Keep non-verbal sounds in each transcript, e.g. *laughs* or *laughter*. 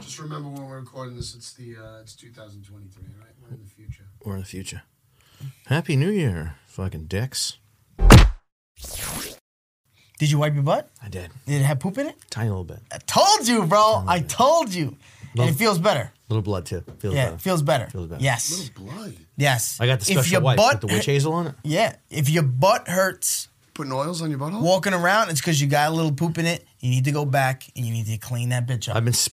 just remember when we're recording this, it's the uh, it's 2023, right? We're in the future. We're in the future. Happy New Year, fucking dicks. Did you wipe your butt? I did. Did it have poop in it? Tiny little bit. I told you, bro. I told you. And it feels better. little blood too. Feels Yeah, better. it feels better. Feels better. Yes. Little blood. Yes. I got the If your special wipe butt, with the witch hazel on it. Yeah. If your butt hurts Putting oils on your butthole? walking around, it's because you got a little poop in it. You need to go back and you need to clean that bitch up. I've been sp-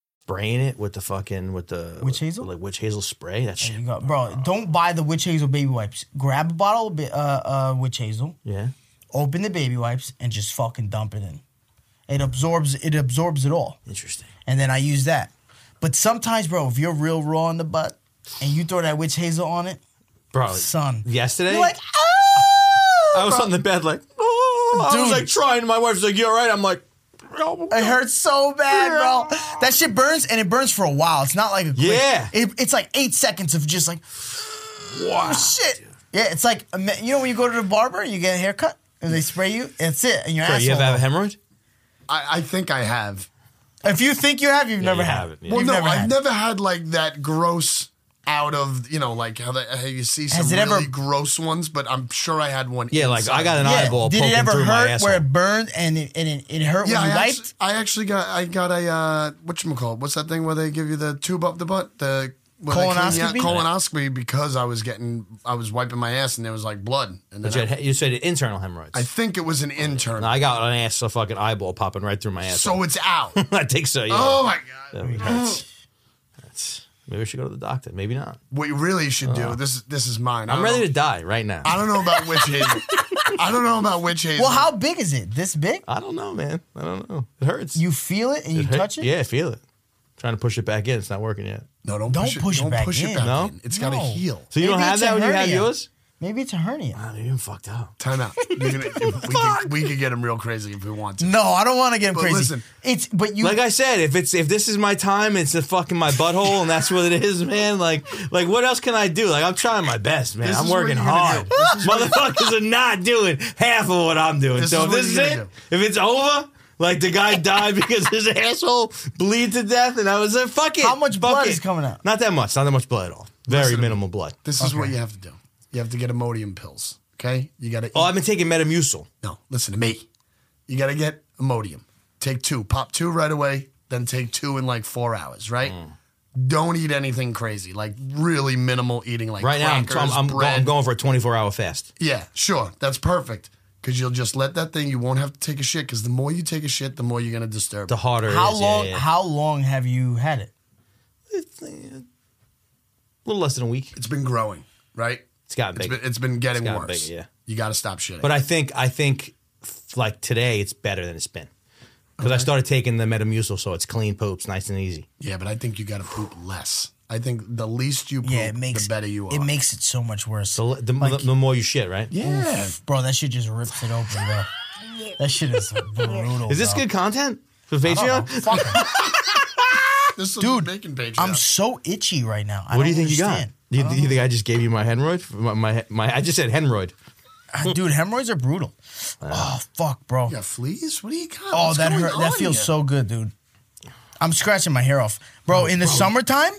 spraying it with the fucking with the Witch hazel? like witch hazel spray. That There shit. you go. Bro, don't buy the witch hazel baby wipes. Grab a bottle of bi- uh, uh, witch hazel, Yeah. open the baby wipes, and just fucking dump it in. It absorbs. It absorbs it all. Interesting. and then I use that. But sometimes, bro, if you're real raw in the butt and you throw that witch hazel on it, Bro, son, yesterday you're like, oh, I was on the bed like, oh, I was Dude. like trying. My wife's like, you all right? I'm like, "Oh, it hurts so bad, bro. That shit burns, and it burns for a while. It's not like a quick, Yeah. It, it's like eight seconds of just like, wow, shit. Yeah, it's like a mi- you know when you go to the barber, you get a haircut, and they spray you. It's it, and your Bro, asshole. you have a bro. hemorrhoid? I, I think I have. if you think you have, you've never you had. it. haven't, yeah. You've Well, no, never I've had it. never had like that gross out of you know like how, the, how you see some Has it really ever- gross ones, but I'm sure I had one. Yeah, like inside. I got an eyeball Did poking it ever through my hurt asshole. where it burned and it, and it, it hurt Yeah, when I you wiped? actually, I actually got I got a uh, what you call what's that thing where they give you the tube up the butt the where they clean you out- Colonoscopy? colonoscopy because I was getting I was wiping my ass and there was like blood and then But you, I, had, you said internal hemorrhoids. I think it was an intern And I got an ass a fucking eyeball popping right through my ass. so it's out *laughs* I think so. Yeah. oh my god That hurts. That's- maybe I should go to the doctor. Maybe not. what you really should do this this is mine I Uh, I'm don't ready know- to die right now. I don't know about witch *laughs* hazel I don't know about witch hazel Well, how big is it? This big? I don't know, man. I don't know. It hurts. You feel it and you hurt- touch it? Yeah, I feel it. trying to push it back in. It's not working yet. No, don't, Don't push it, push it don't back push in. it back No? in. It's got to No. heal. So you Maybe don't have it's that a when you have hernia. yours? Maybe it's a hernia. Oh, you're fucked up. Time out. *laughs* You're gonna, we, could, we could get him real crazy if we want to. No, I don't want to get him But crazy. listen. it's but you Like I said, if it's if this is my time, it's a fucking my butthole, and that's what it is, man. Like like what else can I do? Like I'm trying my best, man. This I'm is what working you're gonna hard. do. This Motherfuckers are not doing half of what I'm doing. This so is if what this is you're it, gonna if it's over, like the guy died because his *laughs* asshole bleed to death, and I was like, fuck it. How much fuck blood it. is coming out? Not that much. Not that much blood at all. Very minimal blood. This is what you have to do. You have to get Imodium pills. Okay, you got to. Oh, I've been taking Metamucil. no, listen to me. You got to get Imodium. Take two. Pop two right away. Then take two in like four hours. Right. Mm. Don't eat anything crazy. Like really minimal eating. Like Right now, I'm, crackers, I'm, I'm, go- bread. I'm going for a 24 hour fast. Yeah, sure. That's perfect. Because you'll just let that thing. You won't have to take a shit. Because the more you take a shit, the more you're gonna disturb. The harder. it how is. Yeah, long yeah, yeah. how long have you had it? It's, uh, a little less than a week. it's been growing. Right. It's gotten It's big. been, it's been getting gotten worse. bigger, yeah. You got to stop shitting. But I think I think f- like today it's better than it's been because I started taking the Metamucil, so it's clean poops, nice and easy. yeah, but I think you got to poop less. I think the least you poop, Yeah, it makes the better you are. It makes it so much worse. The, l- the, the, the more you shit, right? yeah. Bro, that shit just rips it open, bro. That shit is brutal. Is this bro. good content for Patreon? Fuck. This is Dude, bacon page. I'm so itchy right now. I What do you don't think you got? understand. Do you, do you think I just gave you my hemorrhoid? My, my, my I just said hemorrhoid. Ah, Dude, hemorrhoids are brutal. Oh fuck, bro. you got fleas? What do you got? Oh, What's that going hurt. That on feels here? so good, dude. I'm scratching my hair off, Oh, bro. in the summertime,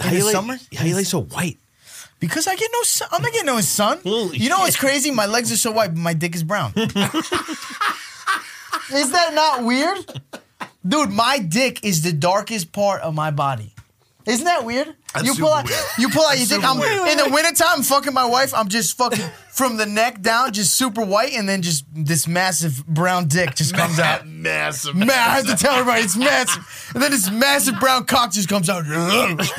How the you lay, summer? How you lay so white? *laughs* because I get no sun, I'm not getting no sun. Holy you know what's crazy? My legs are so white, but my dick is brown. is that not weird, dude? My dick is the darkest part of my body. Isn't that weird? That's you super pull out, weird. you pull out. You That's think I'm super weird. in the wintertime? I'm fucking my wife. I'm just fucking from the neck down, just super white, and then just this massive brown dick just comes out. *laughs* That massive. Man, I have to tell everybody it's massive. And then this massive brown cock just comes out. *laughs*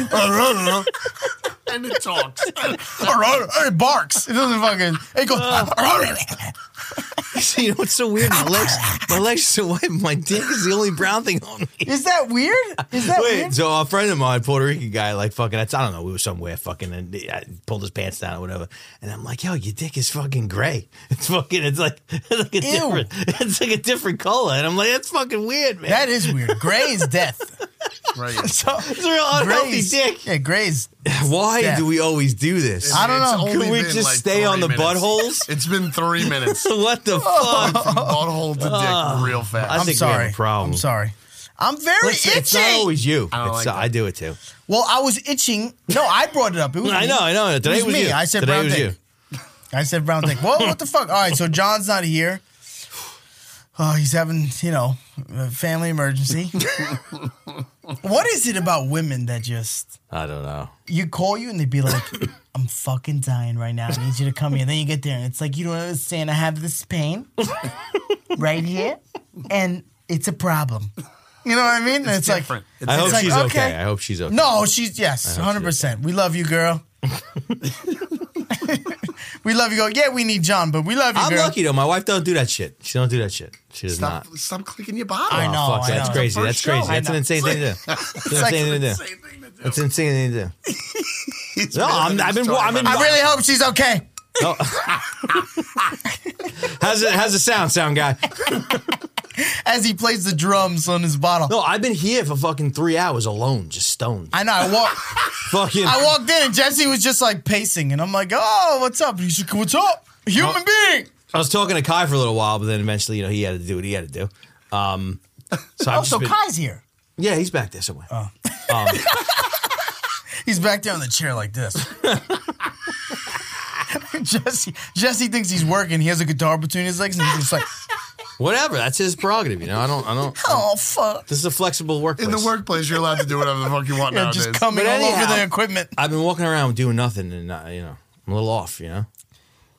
and it talks. it barks. It doesn't fucking. It goes. you know what's so weird? My legs, my legs are so white. but My dick is the only brown thing on me. Is that weird? Is that Wait, weird? so a friend of mine, Puerto Rican guy, like fucking, I don't know, we were somewhere fucking, and I pulled his pants down or whatever, and I'm like, yo, your dick is fucking gray. *laughs* It's fucking, it's like, *laughs* it's like a different, *laughs* it's like a different color, and I'm like, that's fucking weird, man. That is weird. Gray *laughs* is death. Right. So, it's a real unhealthy Gray's- *laughs* dick. Yeah, gray's. Why Yeah. do we always do this? I don't It's know. only Could we been just like stay on three the minutes. buttholes? It's been three minutes. what the fuck? From butthole to dick, real fast. I I'm think we have a sorry. problem. I'm sorry. I'm very It's, itchy. it's not always you. I, don't it's, like uh, that. I do it too. well, I was itching. No, I brought it up. It was I me. know, I know. Today was was, me. you. I said Today brown was dick. you. I said brown dick. Whoa, what the fuck? All right, so John's not here. Oh, he's having, you know, a *laughs* family emergency. what is it about women that just I don't know. you call you and they'd *coughs* be like, I'm fucking dying right now. I need you to come here. Then you get there and it's like, you don't understand. I have *laughs* this pain right here. And it's a problem. You know what I mean? It's, like Different. It's I hope like, she's okay. okay. I hope she's okay. no, she's yes, hundred percent. We love *laughs* you, girl. we love you, girl. Yeah, we need John, but we love you, I'm girl. lucky though. My wife don't do that shit. She don't do that shit. She does stop, not. stop clicking your bottle. I know. Oh, fuck, I that's know. crazy. It's the That's first crazy. show. That's an I know. insane thing to do. That's an insane thing to do. Same thing to do. That's an insane thing to do. No, I'm, I've been. I'm in. I really hope she's okay. How's it? How's the sound, sound guy? As he plays the drums on his bottle. No, I've been here for fucking three hours alone, just stoned. I know. I walk. fucking. I walked in and Jesse was just like pacing, and I'm like, "Oh, what's up?" He's like, "What's up, human being?" I was talking to Kai for a little while, but then eventually, you know, he had to do what he had to do. Um, so I've Oh, just so been- Kai's here. Yeah, he's back there somewhere. Oh. He's back there on the chair like this. *laughs* Jesse, Jesse thinks he's working. He has a guitar between his legs, and he's just like, Whatever. That's his prerogative. You know, I don't. I don't. "Oh fuck." This is a flexible workplace. In the workplace, you're allowed to do whatever the fuck you want *laughs* Yeah, nowadays. just coming But all over anyhow- the equipment. I've been walking around doing nothing, and uh, you know, I'm a little off. You know,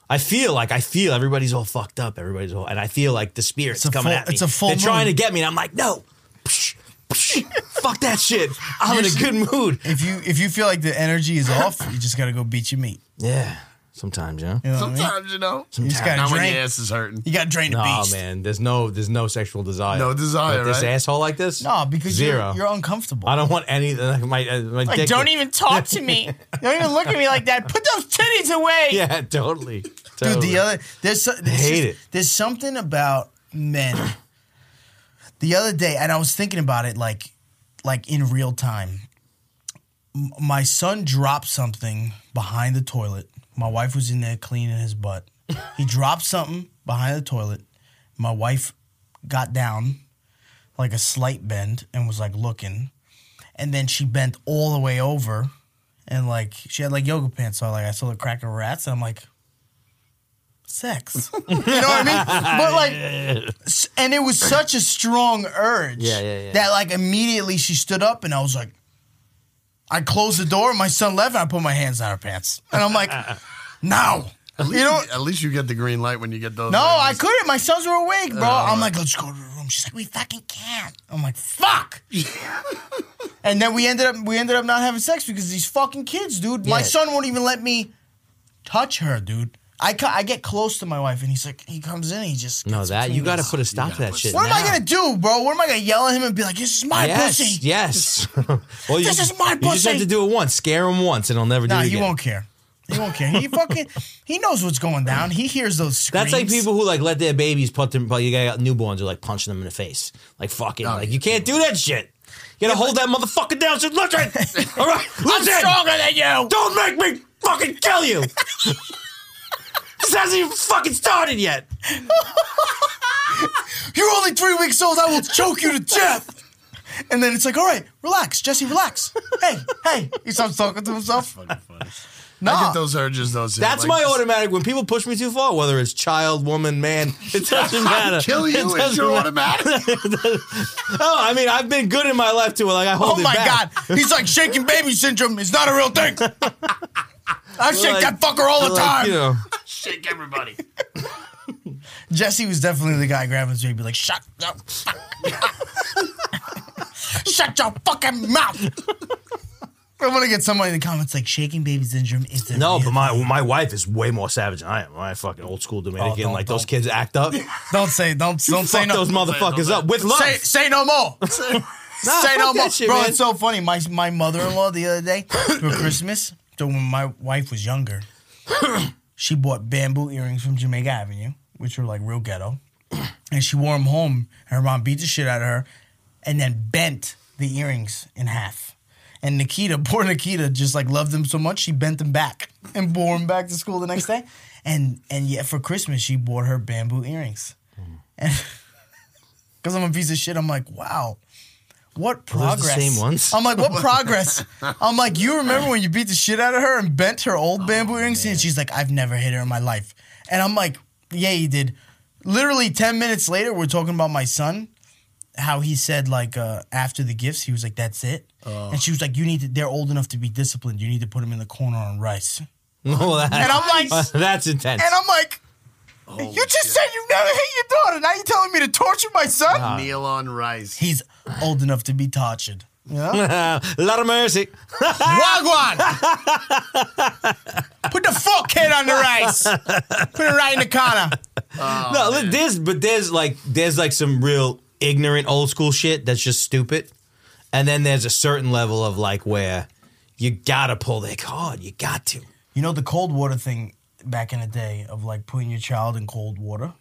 I feel like I feel everybody's all fucked up. Everybody's all, and I feel like the spirits It's a coming full- at me. it's a full They're trying to moon. get me, and I'm like, no, psh, psh, fuck that shit. I'm in a good mood. If you if you feel like the energy is off, you just gotta go beat your meat. Yeah, sometimes, you know. You know what I mean? Sometimes, you know. You just gotta Not when drain. your ass is hurting. You gotta drain the No beast. man, there's no there's no sexual desire. No desire, With this right? asshole like this. No, because 0 You're, you're uncomfortable. I don't want any. Like my uh, my like, dick don't even talk to me. don't even look at me like that. Put those titties away. *laughs* Yeah, totally. Dude, totally. the other there's so, there's hate just- it. There's something about *clears throat* men. the other day, and I was thinking about it like, like in real time. M- my son dropped something behind the toilet. My wife was in there cleaning his butt. *laughs* he dropped something behind the toilet. My wife got down, like a slight bend, and was like looking, and then she bent all the way over. And like she had like yoga pants, so like I saw the crack of her ass, and I'm like, sex. *laughs* you know what I mean? But like, s- and it was such a strong urge Yeah, yeah, yeah. that like immediately she stood up, and I was like, I closed the door. My son left, and I put my hands on her pants, and I'm like, *laughs* now. At least, You know, at least you get the green light when you get those. things. no, I couldn't. My sons were awake, bro. Oh. I'm like, let's go to the room. She's like, we fucking can't. I'm like, *laughs* fuck. and then we ended up we ended up not having sex because these fucking kids, dude. My Yeah. son won't even let me touch her, dude. I, co- I get close to my wife and he's like, he comes in and he just. no, gets that between you got to us. put a stop to that shit. What am I now. gonna do, bro? What am I gonna yell at him and be like, this is my yes, pussy? *laughs* Yes. well, you This just, is my You just have pussy. to do it once, scare him once, and he'll never do Nah, it he again. won't care. He won't care. He fucking he knows what's going down. He hears those screams. That's like people who like let their babies put them, but you got newborns who like punching them in the face, like fucking, like you can't do that shit. You gotta hold that motherfucker down. Just *laughs* listen, all right, listen. stronger than you. Don't make me fucking kill *laughs* you. this hasn't even fucking started yet. You're only three weeks old. I will choke you to death. And then it's like, all right, relax, Jesse, relax. Hey, hey. He starts talking to himself. I Nah. get those urges, those That's my automatic. When people push me too far, whether it's child, woman, man, it *laughs* doesn't matter. Kill It you is doesn't your matter. automatic. Oh, I mean, I've been good in my life too. Like I hold Oh it my back. god, he's like shaking baby syndrome. It's not a real *laughs* thing. I shake Like- that fucker all the like, time. you know, Shake *laughs* everybody. Jesse was definitely the guy grabbing his baby, like shut up. Shut your fucking mouth. I want to get somebody in the comments like shaking baby syndrome is a no, real but my my wife is way more savage than I am. My fucking old school Dominican, Oh, don't- like those don't. kids act up. Don't say don't don't say Fuck no. those motherfuckers up with love. *laughs* say say no more. Nah, say no fuck that more, shit, bro. man. It's so funny. My my mother in law the other day for Christmas, so when my wife was younger, she bought bamboo earrings from Jamaica Avenue, which were like real ghetto, and she wore them home. And her mom beat the shit out of her, and then bent the earrings in half. And Nikita, *laughs* poor Nikita, just like loved them so much, she bent them back and bore them back to school the next day. And and yet for Christmas, she bought her bamboo earrings. And because I'm a piece of shit, I'm like, wow, what those progress? the same ones? I'm like, what *laughs* progress? I'm like, you remember when you beat the shit out of her and bent her Oh, old bamboo earrings? And she's like, I've never hit her in my life. And I'm like, yeah, you did. Literally 10 minutes later, we're talking about my son, how he said, like, uh, after the gifts, he was like, that's it. Oh. And she was like, you need to, they're old enough to be disciplined. You need to put them in the corner on rice. Well, that- And I'm like- *laughs* that's intense. And I'm like, you just said you never hit your daughter. Now you're telling me to torture my son? Meal on rice. He's old enough to be tortured. a lot of mercy. *laughs* Wagwan! Put the fork head on the rice. Put it right in the corner. Oh, no, look, there's but there's like there's like some real ignorant old school shit that's just stupid, and then there's a certain level of like where you gotta pull their card. You got to. You know the cold water thing back in the day of like putting your child in cold water?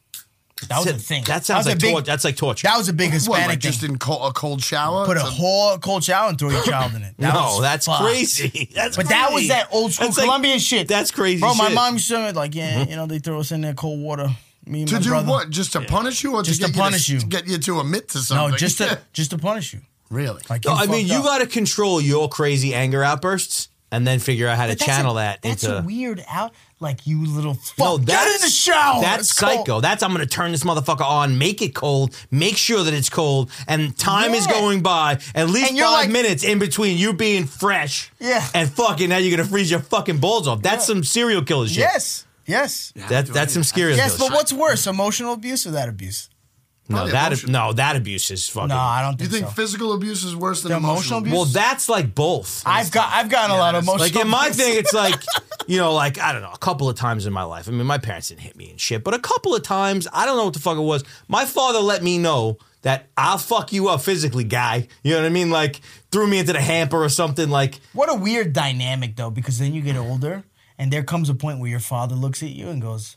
That was a thing. That sounds was a like big- torture. That's like torture. That was a big What, Hispanic like thing. just in co- a cold shower? Put a It's whole cold shower and throw your child in *laughs* it. That no, was that's fucked. crazy. *laughs* That's But that was crazy. that old school That's like- Colombian shit. That's crazy. Bro, my shit. mom used to like, yeah, you know, they throw us in there cold water. Me and to my do brother. what? Just to punish you, or Just to, to get punish you you. to get you to admit to something? No, *laughs* just to just to punish you. really. Like, No, you I mean, fucked you up. got to control your crazy anger outbursts and then figure out how to But that's channel a- that that's into. a weird out. Like you little fuck. No, get in the shower. That's It's psycho. cold. That's I'm gonna turn this motherfucker on, make it cold, make sure that it's cold, and time is Yeah. going by. At least And five you're like- minutes in between you being fresh. Yeah. And fucking now you're gonna freeze your fucking balls off. That's some serial killer shit. Yes. Yes. That, that's some serial Yes, killer but what's worse, emotional abuse or that abuse? shit. No, Probably that emotional. no, that abuse is fucking No, I don't you think think, so. physical abuse is worse than The emotional emotional abuse? abuse? Well, that's like both. I've got I've gotten a lot of emotional Like in my abuse. thing, it's like you know, like I don't know, a couple of times in my life. I mean, my parents didn't hit me and shit, but a couple of times, I don't know what the fuck it was. My father let me know that I'll fuck you up physically, guy. You know what I mean? Like threw me into the hamper or something. Like What a weird dynamic though, because then you get older and there comes a point where your father looks at you and goes,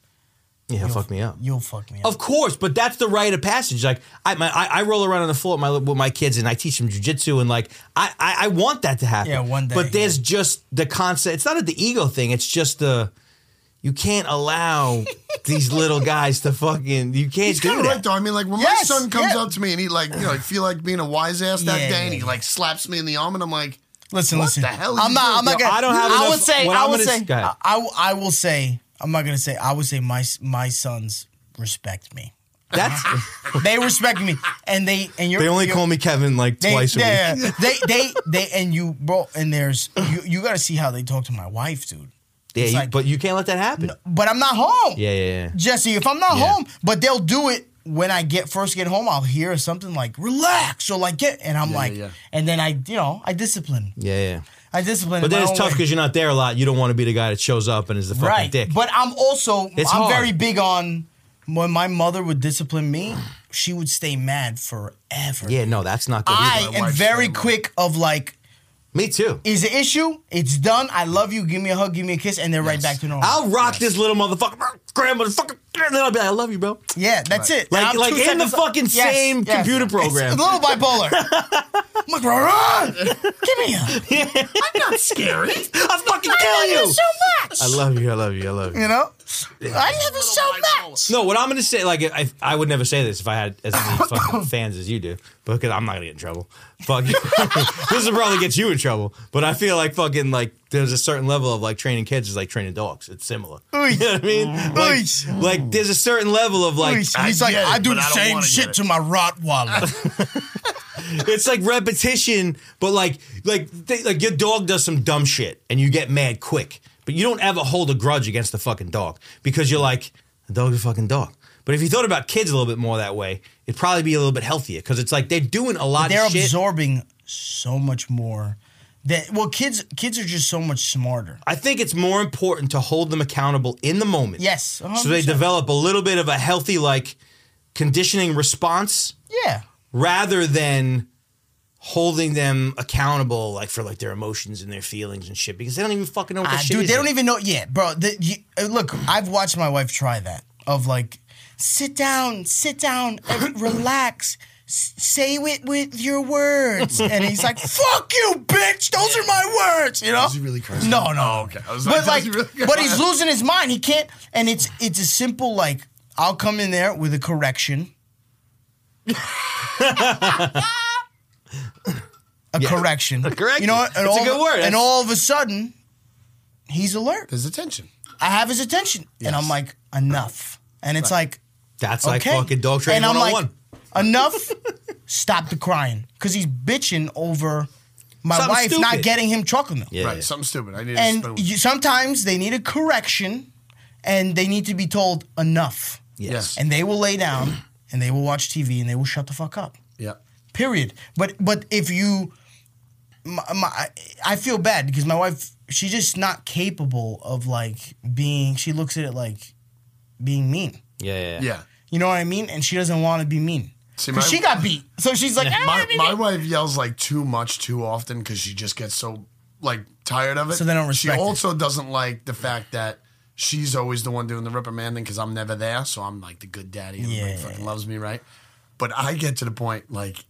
yeah, fuck me up. You'll fuck me up. Of course, but that's the rite of passage. Like I, my, I, I roll around on the floor with my with my kids, and I teach them jujitsu, and like I, I, I want that to happen. Yeah, one day, But there's just the concept. It's not the ego thing. It's just the you can't *laughs* allow these little guys to fucking. You can't He's do kind of that. right though. I mean, like when Yes, my son comes yeah. up to me and he like, you know, I feel like being a wise ass that Yeah, day, and yeah, he like slaps me in the arm, and I'm like, Listen, What listen. the hell are I'm you not. doing? I'm not Yo, gonna. I don't have I would enough- say. what I I'm would gonna- say. go ahead. I, I will say. I'm not gonna say. I would say my my sons respect me. *laughs* That's They respect me, and they and you're. they only you're- call me Kevin like they, twice a week. yeah, *laughs* yeah. they they they and you bro and there's you you got to see how they talk to my wife, dude. Yeah, It's you- like- but you can't let that happen. But I'm not home. Yeah, yeah, yeah. Jesse, if I'm not Yeah. home, but they'll do it when I get first get home. I'll hear something like relax or like get, and I'm like, yeah. and then I you know I discipline, yeah, yeah. I discipline. But in then it's my own tough way. because you're not there a lot. You don't want to be the guy that shows up and is the fucking right. dick. But I'm also It's I'm hard. very big on when my mother would discipline me, she would stay mad forever. yeah, no, that's not good. I either. am wife's very family. quick of like, me too. is the issue? It's done. I love you. Give me a hug. Give me a kiss, and they're right back to normal. I'll rock this little motherfucker, bro, grandma, fucking, and then I'll be like, I love you, bro. yeah, that's it. Like- And I'm like two in the seconds- fucking same computer It's program. a little *laughs* bipolar. I'm like, "Rah, rah, give me a. I'm not scary. *laughs* I'll fucking kill you. so much. I love you. I love you. I love you. You know, I never so much. No, what I'm going to say, like, I, I would never say this if I had as *laughs* many fucking fans as you do, because I'm not going to get in trouble. Fuck, *laughs* this will probably get you in trouble. But I feel like fucking like there's a certain level of like training kids is like training dogs. It's similar. *laughs* You know what I mean? Like, Oish. like there's a certain level of like He's I like, get it, I do but the I don't same wanna shit get it." to *laughs* my Rottweiler. it's like repetition, but like like they, like your dog does some dumb shit and you get mad quick, but you don't ever hold a grudge against the fucking dog because you're like the dog's a fucking dog. But if you thought about kids a little bit more that way, it'd probably be a little bit healthier because it's like they're doing a lot they're of shit. absorbing so much more. That well, kids kids are just so much smarter. I think it's more important to hold them accountable in the moment. Yes, Um, So they 100%. develop a little bit of a healthy like conditioning response Yeah, rather than holding them accountable like for like their emotions and their feelings and shit because they don't even fucking know what that Ah, shit dude, is they yet. don't even know. Yeah, bro. The, you, uh, look, I've watched my wife try that of like, sit down, sit down, *laughs* and relax. s- Say it with your words, and he's like, "Fuck you, bitch! Those are my words." You know? he really cursing? No, no. Oh, okay. I was like, but *laughs* is like, he really- but he's losing his mind. He can't. And it's it's a simple like, I'll come in there with a correction. a correction. A correction. You know, what? and It's a all good of- word. And all of a sudden, he's alert. There's attention. I have his attention. And I'm like, enough. And it's like, That's like okay. fucking dog training and I'm like, 101. enough. Stop the crying. Because he's bitching over my Something wife not stupid. getting him chocolate milk. yeah, right. yeah. Something stupid. I need to And spend you, sometimes they need a correction and they need to be told enough. Yes. And they will lay down and they will watch TV and they will shut the fuck up. Yeah. Period. But but if you my, my, I feel bad because my wife she's just not capable of like being she looks at it like being mean. yeah, yeah, yeah. Yeah. You know what I mean? And she doesn't want to be mean. See, Cuz my- she got beat. So she's like, "Ah, My, I mean my it." wife yells like too much too often because she just gets so like tired of it. So they don't She respect it. also doesn't like the fact that she's always the one doing the reprimanding because I'm never there, so I'm like the good daddy. Everybody Yeah. fucking loves me, right? But I get to the point like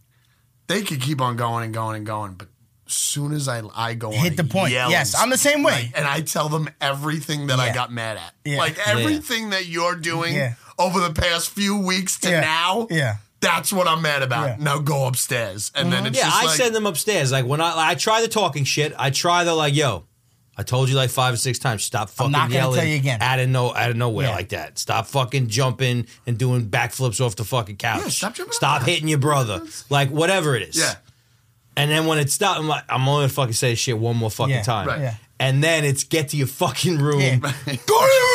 they could keep on going and going and going, but soon as I I go on Hit a the point. yell Yes, and- I'm the same way. like, and I tell them everything that I Yeah. got mad at, Yeah. like everything that you're doing Yeah. over the past few weeks to Yeah. now. Yeah. That's what I'm mad about. Yeah. Now go upstairs. And Mm-hmm. then it's Yeah, just I like, send them upstairs. Like when I I try the talking shit, I try the like, yo, I told you like five or six times, stop fucking not gonna yelling tell you again. out of no out of nowhere Yeah. like that. Stop fucking jumping and doing backflips off the fucking couch. stop jumping Stop off the hitting your brother. Like whatever it is. yeah. And then when it's stopped, I'm like, I'm only gonna fucking say this shit one more fucking Yeah, time. right. Yeah. And then it's get to your fucking room. *laughs* Yeah. Go to your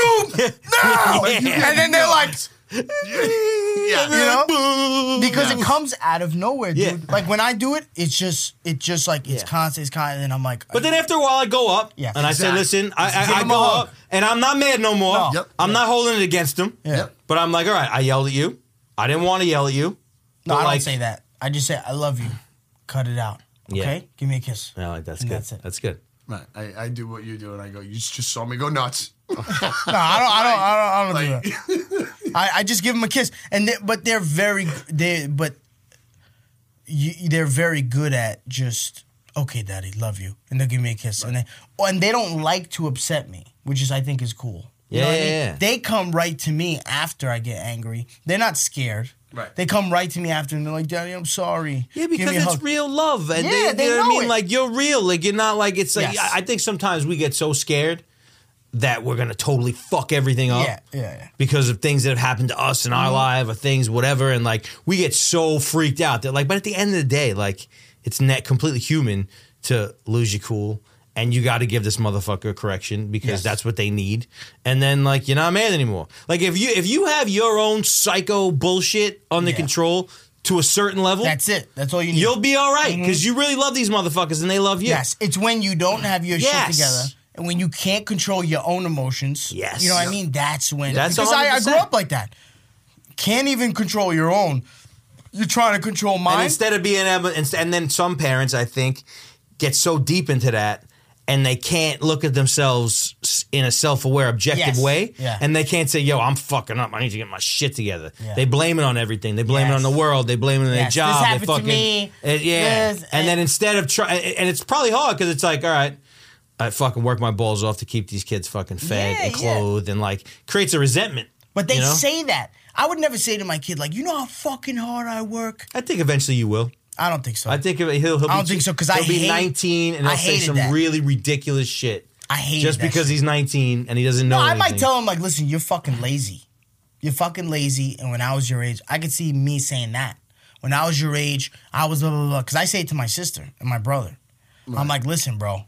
room now. Yeah. And then they're like, yeah, *laughs* You yeah. know? because it comes out of nowhere, dude. Yeah. Like when I do it, it's just it's just like it's Yeah. constant, it's constant. And I'm like, But then after a while, I go up Yeah. and I Exactly. say, "Listen, I, Give I, I him a go hug. up, and I'm not mad no more. No. Yep. I'm not holding it against him. Yeah. But I'm like, all right, I yelled at you. I didn't want to yell at you. But no, I don't like, say that. I just say I love you. Cut it out. Yeah. Okay, give me a kiss. No, like that's And good. that's That's, it. good. Right. I, I do what you do, and I go, you just saw me go nuts. No, I don't. I don't. I don't. I don't do that. I, I just give them a kiss, and they, but they're very they but you, they're very good at just okay, daddy, love you, and they'll give me a kiss, and they oh, and they don't like to upset me, which is I think is cool. You know Yeah, what I mean? yeah, yeah. They come right to me after I get angry. They're not scared. Right. They come right to me after, and they're like, "Daddy, I'm sorry." Yeah, Give me because a it's hug." real love, and Yeah, they, they you know, what I know mean. it. Like you're real. Like you're not like it's like Yes. I I think sometimes we get so scared that we're gonna totally fuck everything up. Yeah, yeah, yeah. Because of things that have happened to us in our Mm-hmm. life or things, whatever, and like we get so freaked out that like. But at the end of the day, like it's net completely human to lose your cool. And you got to give this motherfucker a correction because that's what they need. And then, like, you're not mad anymore. Like, if you if you have your own psycho bullshit under Yeah. control to a certain level, That's it. That's all you need. You'll be all right because you really love these motherfuckers and they love you. Yes, it's when you don't have your Yes. shit together and when you can't control your own emotions. Yes. you know what I mean. That's when. That's because I, I grew 100%. up like that. Can't even control your own. You're trying to control And mine. instead of being able, and, and then some parents, I think, get so deep into that and they can't look at themselves s- in a self-aware, objective Yes. way, Yeah. and they can't say, "Yo, I'm fucking up. I need to get my shit together." Yeah. They blame it on everything. They blame it on the Yes. world. They blame it on their Yes, this job. they happened to fucking me. Uh, yeah. This, and then uh, eh, instead of trying, and it's probably hard because it's like, all right. I fucking work my balls off to keep these kids fucking fed Yeah, and yeah. clothed and like creates a resentment. But they you know? say that. I would never say to my kid, like, you know how fucking hard I work. I think eventually you will. I don't think so. I think he'll. he'll be, I don't think so, 'cause I he'll be hate- nineteen and I he'll say hated some that. really ridiculous shit. I hated just that because shit. he's nineteen and he doesn't know. No, I might anything. tell him like, listen, you're fucking lazy. You're fucking lazy. And when I was your age, I could see me saying that. When I was your age, I was blah blah blah. Because I say it to my sister and my brother. I'm like, listen, bro,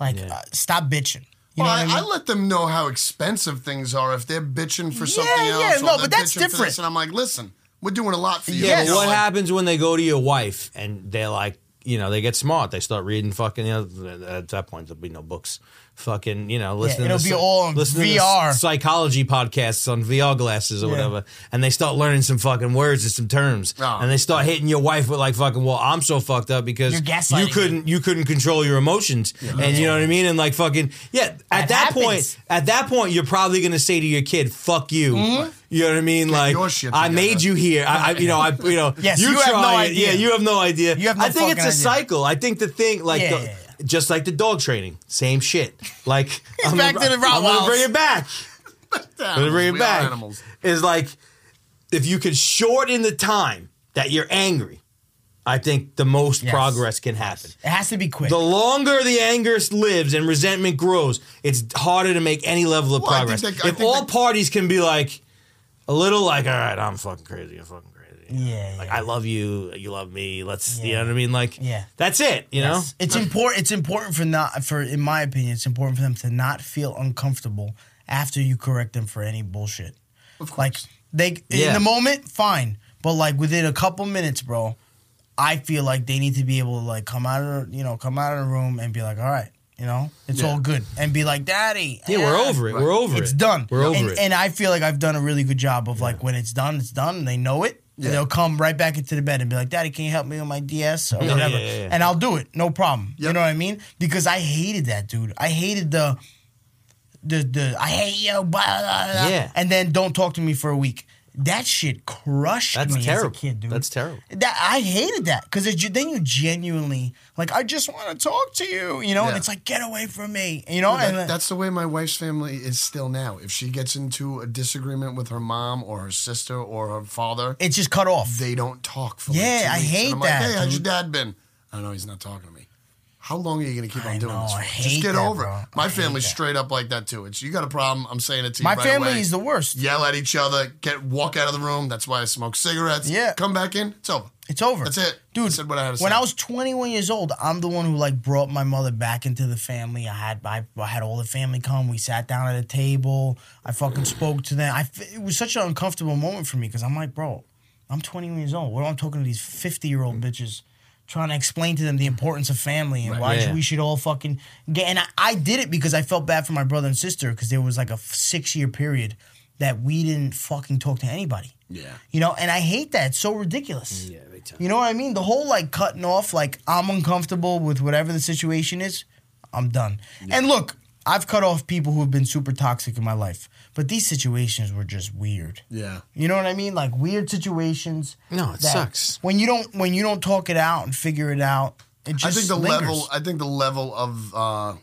like, uh, stop bitching. You *laughs* well, I, know what I I mean? let them know how expensive things are if they're bitching for something Yeah, else. yeah, or no, they're but that's bitching for this, different. And I'm like, listen, we're doing a lot for you. Yeah, Yes. but what Like, happens when they go to your wife and they're like, you know, they get smart. They start reading fucking. You know, at that point, there'll be no books. Fucking, you know, listening. it'll to be psy- all on listening to VR. psychology podcasts on VR glasses or Yeah. whatever, and they start learning some fucking words and some terms, Oh. and they start hitting your wife with like fucking. Well, I'm so fucked up because You're gaslighting you couldn't you couldn't control your emotions, and you know what I mean, and like fucking yeah. At that, That point, happens. at that point, you're probably gonna say to your kid, "Fuck you." Hmm? You know what I mean? your like shit I together. made you here. I, I you know I you know *laughs* Yes, you have no try it. idea. Yeah, you have no idea. You have no I think it's a fucking idea. cycle. I think the thing, like, Yeah, the- yeah, just like the dog training, same shit. *laughs* Like, I'm back gonna, to the I'm gonna Rottweils. bring it *laughs* back. I'm gonna bring it we are back. animals. Is like, if you could shorten the time that you're angry, I think the most Yes. progress can happen. It has to be quick. The longer the anger lives and resentment grows, it's harder to make any level of Well, I think progress. that- I if think all that- parties can be like a little like, all right, I'm fucking crazy, I'm fucking crazy. Yeah, Like yeah. I love you, you love me. Let's you know what I mean? Like Yeah. that's it, you Yes. know? It's important. It's important for not for, in my opinion, it's important for them to not feel uncomfortable after you correct them for any bullshit. Of course. Like they Yeah. in the moment, fine, but like within a couple minutes, bro, I feel like they need to be able to like come out of the- you know come out of the room and be like, all right, you know, it's all good, and be like, daddy, Yeah, we're over it. We're over it. It's done. We're over and, it. And I feel like I've done a really good job of like when it's done, it's done. And they know it. And they'll come right back into the bed and be like, "Daddy, can you help me with my DS or whatever?" yeah, yeah. And I'll do it, no problem. You Yep. know what I mean? Because I hated that dude. I hated the, the the I hate you, blah, blah, blah, Yeah. And then don't talk to me for a week. That shit crushed That's me terrible. as a kid, dude. That's terrible. That I hated that because then you genuinely like, I just want to talk to you, you know. And Yeah. it's like, get away from me, you know. and that- that's the way my wife's family is still now. If she gets into a disagreement with her mom or her sister or her father, it's just cut off. they don't talk for Yeah, like two I weeks. hate and I'm like, that, hey, how's your dude. dad been? I know he's not talking to me. How long are you going to keep on I doing know, this? For? I Just hate get that, over bro. I it. My hate family's that. straight up like that too. It's you got a problem. I'm saying it to you. My right family away. is the worst. Yell at each other. Get walk out of the room. That's why I smoke cigarettes. Yeah. Come back in. It's over. It's over. That's it. Dude, I said what I had to when say. I was 21 years old, I'm the one who like brought my mother back into the family. I had I, I had all the family come. We sat down at a table. I fucking spoke to them. I f- it was such an uncomfortable moment for me because I'm like, bro, I'm 21 years old. What am I talking to these 50 year Mm. old bitches? Trying to explain to them the importance of family and why Yeah. we should all fucking get. And I, I did it because I felt bad for my brother and sister because there was like a six year period that we didn't fucking talk to anybody. Yeah. You know, and I hate that. It's so ridiculous. Yeah, big time. You know what I mean? The whole like cutting off, like I'm uncomfortable with whatever the situation is, I'm done. And look, I've cut off people who have been super toxic in my life, but these situations were just weird. Yeah. You know what I mean? Like weird situations. No, it that sucks. When you don't when you don't talk it out and figure it out, it just I think the lingers. level. I think the level of uh,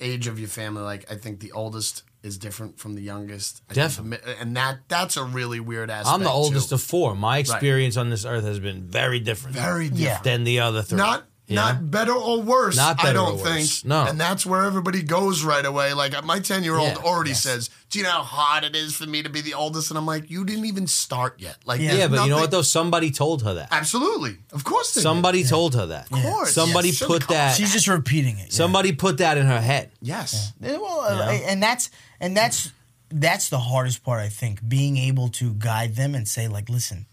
age of your family. Like I think the oldest is different from the youngest. I think Definitely. the mi- and that that's a really weird aspect. I'm the oldest too. of four. My experience on this earth has been very different. Very Yeah. than the other three. Not you know? not better or worse. Not better I don't or think. worse. No. And that's where everybody goes right away. Like my ten year old Yeah. already says, "Do you know how hard it is for me to be the oldest?" And I'm like, "You didn't even start yet." Like Yeah, there's but you know nothing- what though? Somebody told her that. Absolutely, of course. They did. Somebody told her that. Of course. Somebody Yes. put that She's just repeating it. yeah. somebody put that in her head. Yes. Yeah, Well, uh, and that's and that's that's the hardest part, I think, being able to guide them and say like, listen,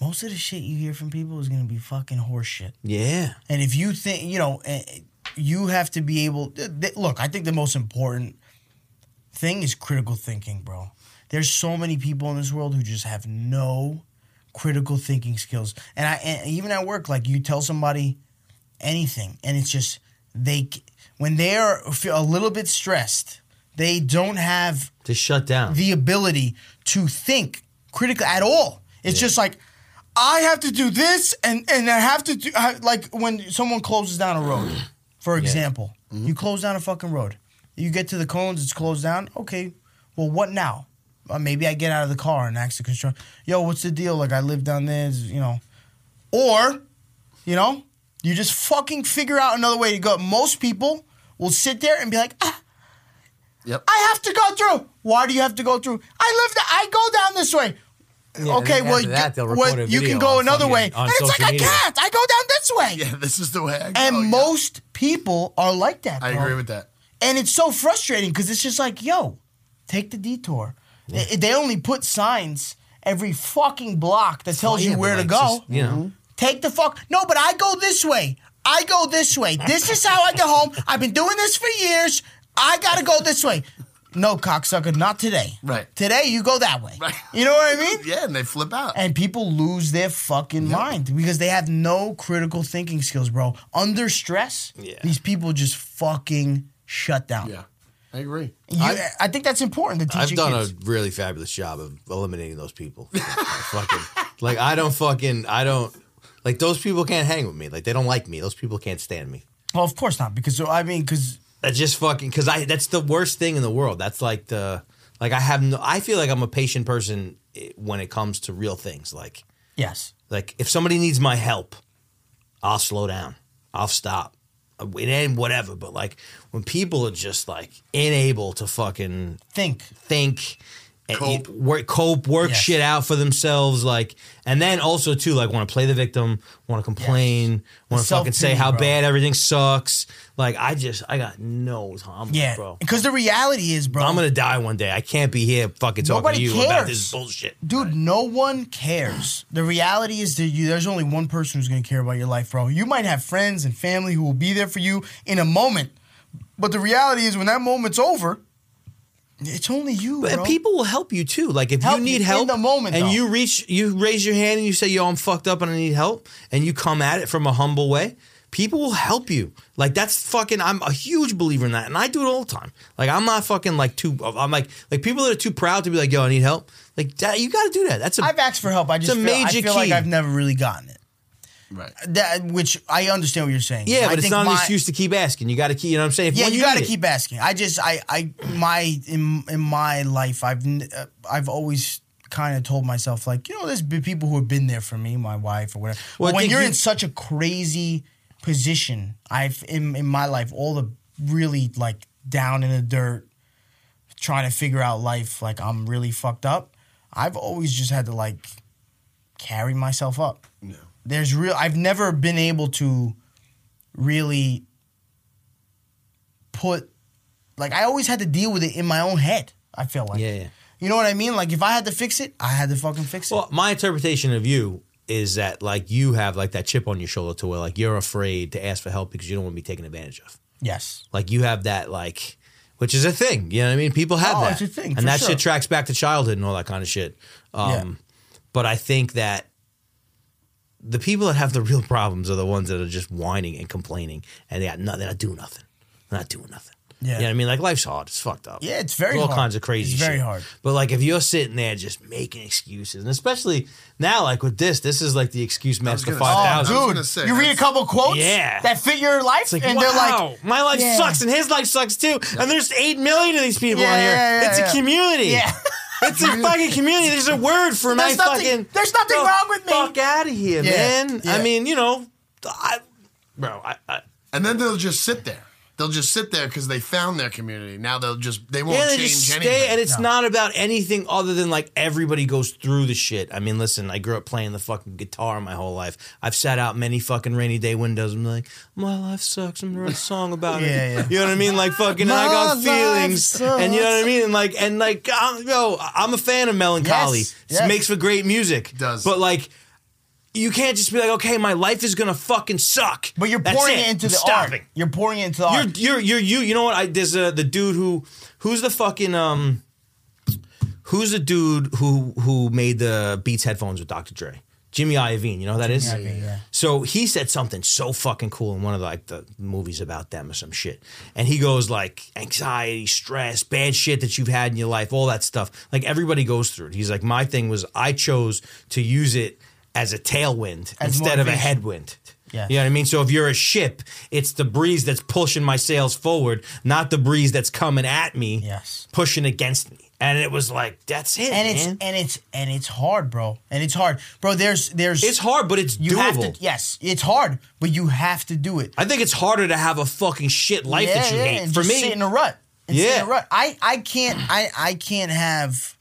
most of the shit you hear from people is gonna be fucking horseshit. Yeah. And if you think, you know, eh, you have to be able. th- th- Look, I think the most important thing is critical thinking, bro. There's so many people in this world who just have no critical thinking skills, and I and even at work, like you tell somebody anything, and it's just they c- when they are feel a little bit stressed, they don't have To shut down. the ability to think critically at all. It's just like I have to do this, and and I have to do I, like when someone closes down a road, for example. You close down a fucking road. You get to the cones, it's closed down. Okay, well, what now? Uh, maybe I get out of the car and ask the construction, yo, what's the deal? Like, I live down there, it's, you know. Or, you know, you just fucking figure out another way to go. Most people will sit there and be like, ah, Yep. *laughs* I have to go through. Why do you have to go through? I live. Th- I go down this way. okay, and then well, after that, you, they'll well, record a you can video go on another fucking- way, on and it's like social media. Oh, I can't. I go down this way, Yeah, this is the way I go. and yeah. most people are like that. I bro. agree with that. And it's so frustrating because it's just like, yo, take the detour. They, they only put signs every fucking block that tells yeah, you but where to like, go. Mm-hmm. just, you know. Take the fuck. No, but I go this way. I go this way. This is how I get home. I've been doing this for years. I gotta go this way. No, cocksucker, not today. Right. Today you go that way. Right. You know what *laughs* I mean? Yeah, and they flip out. And people lose their fucking mind because they have no critical thinking skills, bro. Under stress, Yeah. these people just fucking shut down. yeah, I agree. You- I, think that's important to teach I've your done kids. a really fabulous job of eliminating those people. *laughs* Like, fucking, like I don't fucking I don't like those people can't hang with me. Like they don't like me. Those people can't stand me. well, of course not, because I mean, because That's just fucking because I that's the worst thing in the world. That's like the like I have no. I feel like I'm a patient person eh, when it comes to real things. Like yes, like if somebody needs my help, I'll slow down. I'll stop. It ain't whatever. But like when people are just like unable to fucking think think and Cope. you- work cope work Yes. shit out for themselves like and then also too like want to play the victim want to complain want to fucking say self-pity, how bro. bad everything sucks like i just i got no time yeah, bro because the reality is, bro, i'm gonna die one day i can't be here fucking talking Nobody to you about cares. this bullshit dude, no one cares. The reality is that you, there's only one person who's gonna care about your life, bro. You might have friends and family who will be there for you in a moment, but the reality is when that moment's over, it's only you, But bro. people will help you too. Like if Help you you need in help the moment, and though. you reach, you raise your hand and you say, "Yo, I'm fucked up and I need help," and you come at it from a humble way. People will help you. Like that's fucking. I'm a huge believer in that, and I do it all the time. Like I'm not fucking like too. I'm like like people that are too proud to be like, "Yo, I need help." Like that, you got to do that. That's a. I've asked for help. I It's just a feel, I major feel like key. I've never really gotten it. Right. That which I understand what you're saying. yeah, I but it's think not an my- excuse to keep asking. You got to keep. You know what I'm saying? If Yeah, when you, got to need it- keep asking. I just, I, I, my, in, in my life, I've, n- uh, I've always kind of told myself, like, you know, there's been people who have been there for me, my wife or whatever. Well, I but when think you're you- in such a crazy position, I've in in my life all the really like down in the dirt, trying to figure out life, like I'm really fucked up. I've always just had to like carry myself up. There's real. I've never been able to really put like I always had to deal with it in my own head. I feel like. Yeah, yeah. You know what I mean? Like if I had to fix it, I had to fucking fix it. Well, my interpretation of you is that like you have like that chip on your shoulder to where like you're afraid to ask for help because you don't want to be taken advantage of. yes. Like you have that like which is a thing. You know what I mean? People have Oh, that. it's a thing, for And that sure. shit tracks back to childhood and all that kind of shit. Um but I think that the people that have the real problems are the ones that are just whining and complaining and they got no, they're not doing nothing. They're not doing nothing. You Yeah. know what I mean? Like life's hard. It's fucked up. Yeah, it's very all hard. kinds of crazy It's very shit. hard. But like if you're sitting there just making excuses, and especially now, like with this, this is like the excuse master gonna say- five thousand. I was Oh, gonna dude, say, you read a that's- couple quotes Yeah. that fit your life, It's like, and wow, they're like, my life Yeah. sucks and his life sucks too. And there's 8 million of these people Yeah, on here. yeah, yeah, it's yeah. a community. Yeah. *laughs* It's a fucking community. There's a word for There's my nothing- fucking. there's nothing Bro, wrong with me. Fuck out of here, Yeah, man. yeah. I mean, you know, I, bro, I, I, And then they'll just sit there. They'll just sit there because they found their community. Now they'll just they won't yeah, they change just stay, anything. and it's not about anything other than like everybody goes through the shit. I mean, listen, I grew up playing the fucking guitar my whole life. I've sat out many fucking rainy day windows. and am like, my life sucks. I'm gonna write a song about it. Yeah, yeah. You know what I mean? Like fucking, and I got My life feelings, and you know what I mean. And like, and like, I'm, yo, I'm a fan of melancholy. Yes, It yes. makes for great music. Does. but like. You can't just be like, okay, my life is gonna fucking suck. but you're That's pouring it. it, into I'm the stopping art. You're pouring it into the art. you're you're you're you. You know what? I there's a the dude who who's the fucking um who's the dude who who made the Beats headphones with Dr. Dre. Jimmy Iovine, you know who that is. Iovine, yeah. So he said something so fucking cool in one of the, like the movies about them or some shit, and he goes like anxiety, stress, bad shit that you've had in your life, all that stuff. Like everybody goes through it. He's like, my thing was I chose to use it as a tailwind As instead of a motivation. headwind. Yes. You know what I mean? So if you're a ship, it's the breeze that's pushing my sails forward, not the breeze that's coming at me, Yes. pushing against me. And it was like, that's it. and it's man. and it's and it's hard, bro. And it's hard, bro. There's there's it's hard, but it's You doable. have to. Yes, it's hard, but you have to do it. I think it's harder to have a fucking shit life that you hate. and For just me, sit in a rut. And sit Yeah. in a rut. I I can't I I can't have,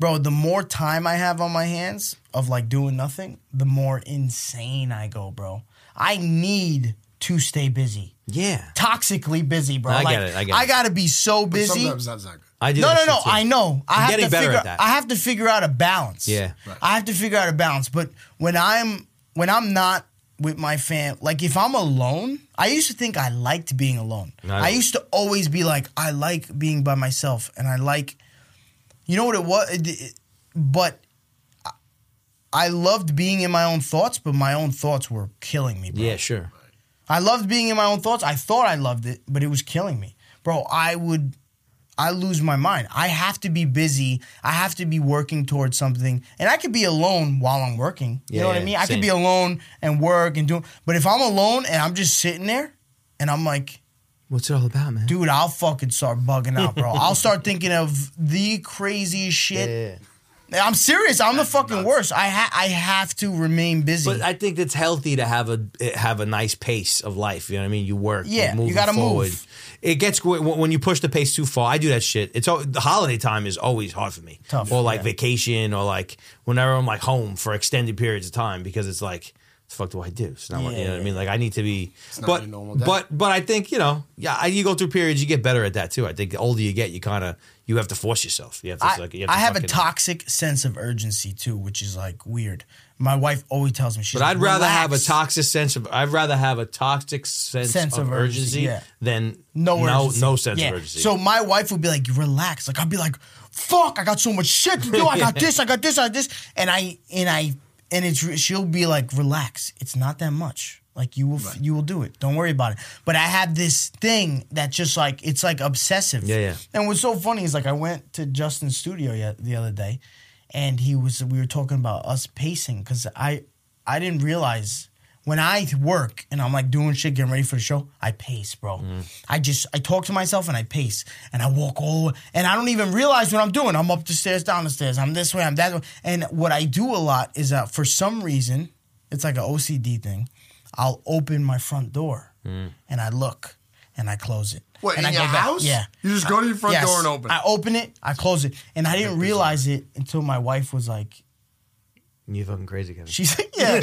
bro. The more time I have on my hands of like doing nothing, the more insane I go, bro. I need to stay busy, yeah, toxically busy, bro. I get like, it, I get it. gotta be so But busy. Sometimes that's not good. I do. No, that shit no, no. too. I know. I I'm have getting to better figure, at that. I have to figure out a balance. Yeah. I have to figure out a balance. But when I'm when I'm not with my fam, like if I'm alone, I used to think I liked being alone. No, I I don't. used to always be like, I like being by myself, and I like, you know what it was, It- it- but. I- I loved being in my own thoughts, but my own thoughts were killing me. Bro. yeah, sure. I loved being in my own thoughts. I thought I loved it, but it was killing me. Bro, I would I lose my mind. I have to be busy. I have to be working towards something. And I could be alone while I'm working. You Yeah, know what I yeah, mean? I same. could be alone and work and do but if I'm alone and I'm just sitting there and I'm like, What's it all about, man? dude, I'll fucking start bugging out, bro. *laughs* I'll start thinking of the craziest shit. Yeah. I'm serious. I'm the fucking worst. I ha- I have to remain busy. But I think it's healthy to have a have a nice pace of life. You know what I mean? You work. Yeah, you you, move gotta forward. move. It gets gr- when when you push the pace too far. I do that shit. It's all, the holiday time is always hard for me. Tough, Or like yeah. vacation, or like whenever I'm like home for extended periods of time because it's like. what The fuck do I do? It's not what you know what I mean. Like I need to be, not but your normal day. but but I think you know, yeah. I, you go through periods, you get better at that too. I think the older you get, you kind of you have to force yourself. You have to. I, like, you have to I have a fucking- toxic sense of urgency too, which is like weird. My wife always tells me she's. But I'd rather have a "Relax." toxic sense of I'd rather have a toxic sense, Sense of, of urgency, urgency, yeah. than No, no, urgency. no sense Yeah. of urgency. So my wife would be like, "Relax." Like I'd be like, "Fuck! I got so much shit to do. I *laughs* got this. I got this. I got this." And I and I and it's re- she'll be like, "Relax. It's not that much. Like you will f you will do it. Don't worry about it." But I have this thing that just like it's like obsessive. Yeah, yeah. And what's so funny is like I went to Justin's studio ye- the other day, and he was we were talking about us pacing because I I didn't realize when I work and I'm like doing shit getting ready for the show I pace, bro. I just I talk to myself and I pace and I walk all and I don't even realize what I'm doing. I'm up the stairs, down the stairs. I'm this way, I'm that way. And what I do a lot is that for some reason it's like an OCD thing. I'll open my front door and I look and I close it. What, and in I your back- house? Yeah. You just go to your front Yes. door and open it. I open it, I close it, and I didn't realize it until my wife was like, you fucking crazy, Kevin. she's *laughs* like, yeah,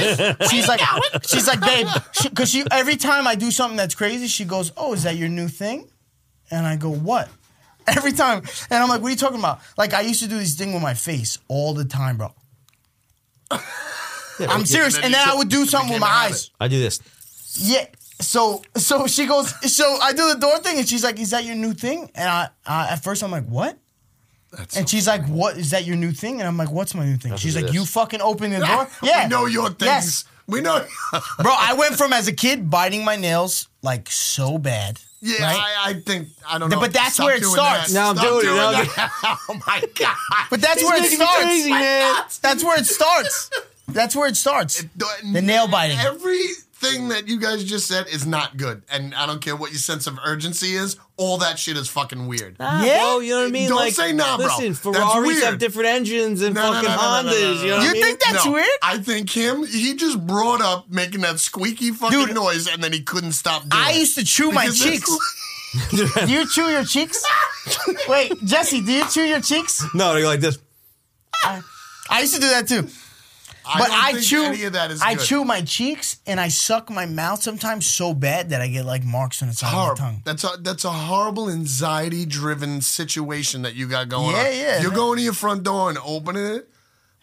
she's like, she's like, babe, because she, every time I do something that's crazy, she goes, oh, is that your new thing? And I go, what? *laughs* Every time, and I'm like, what are you talking about? Like I used to do this thing with my face all the time, *laughs* bro. I'm serious, then and you then I took- would do it something with became my a habit. eyes. I do this. Yeah. So so she goes. So I do the door thing, and she's like, "Is that your new thing?" And I, I at first I'm like, "What?" That's and she's like, "What is that your new thing?" And I'm like, "What's my new thing?" she's what it like, is. "You *laughs* fucking open the door." Yeah. We know your things. Yes. We know. *laughs* Bro, I went from as a kid biting my nails like so bad. yeah, right? I, I think I don't know. But that's Stop where it doing starts. That. No, I'm Stop doing it. I'll that. *laughs* oh my god. but that's where it making me starts. crazy, man. That's where it starts. That's where it starts. The nail biting. Everything that you guys just said is not good, and I don't care what your sense of urgency is. All that shit is fucking weird. Yeah? bro, Ah, you know what I mean. Don't like, say nah, bro. Listen, That's Ferraris weird. have different engines and No, no, fucking no, no, no, no, Hondas. no, You know what You I mean? think that's No, weird? I think him. He just brought up making that squeaky fucking Dude. noise, and then he couldn't stop. doing I it. used to chew my Because that's- cheeks. do you chew *laughs* your cheeks? Wait, Jesse, do you chew your cheeks? No, you're like this. I used to do that too. I But don't I, think chew. any of that is I good. chew my cheeks and I suck my mouth sometimes so bad that I get like marks on the side of my horrible. tongue. That's a that's a horrible anxiety driven situation that you got going Yeah, on. yeah. You're going to your front door and opening it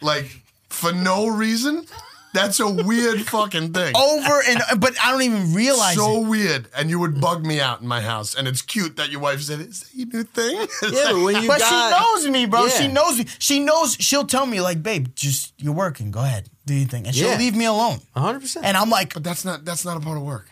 like for no reason. That's a *laughs* weird fucking thing. Over and *laughs* but Oh, I don't even realize so it. weird. And you would bug me out in my house. And it's cute that your wife said, Is that your new thing? *laughs* It's Yeah, but like, when you But got, she knows me, bro. Yeah. She knows me. She knows. She'll tell me like, babe, just you're working. Go ahead, do your thing, and she'll Yeah. leave me alone. 100. percent And I'm like, but that's not that's not a part of work.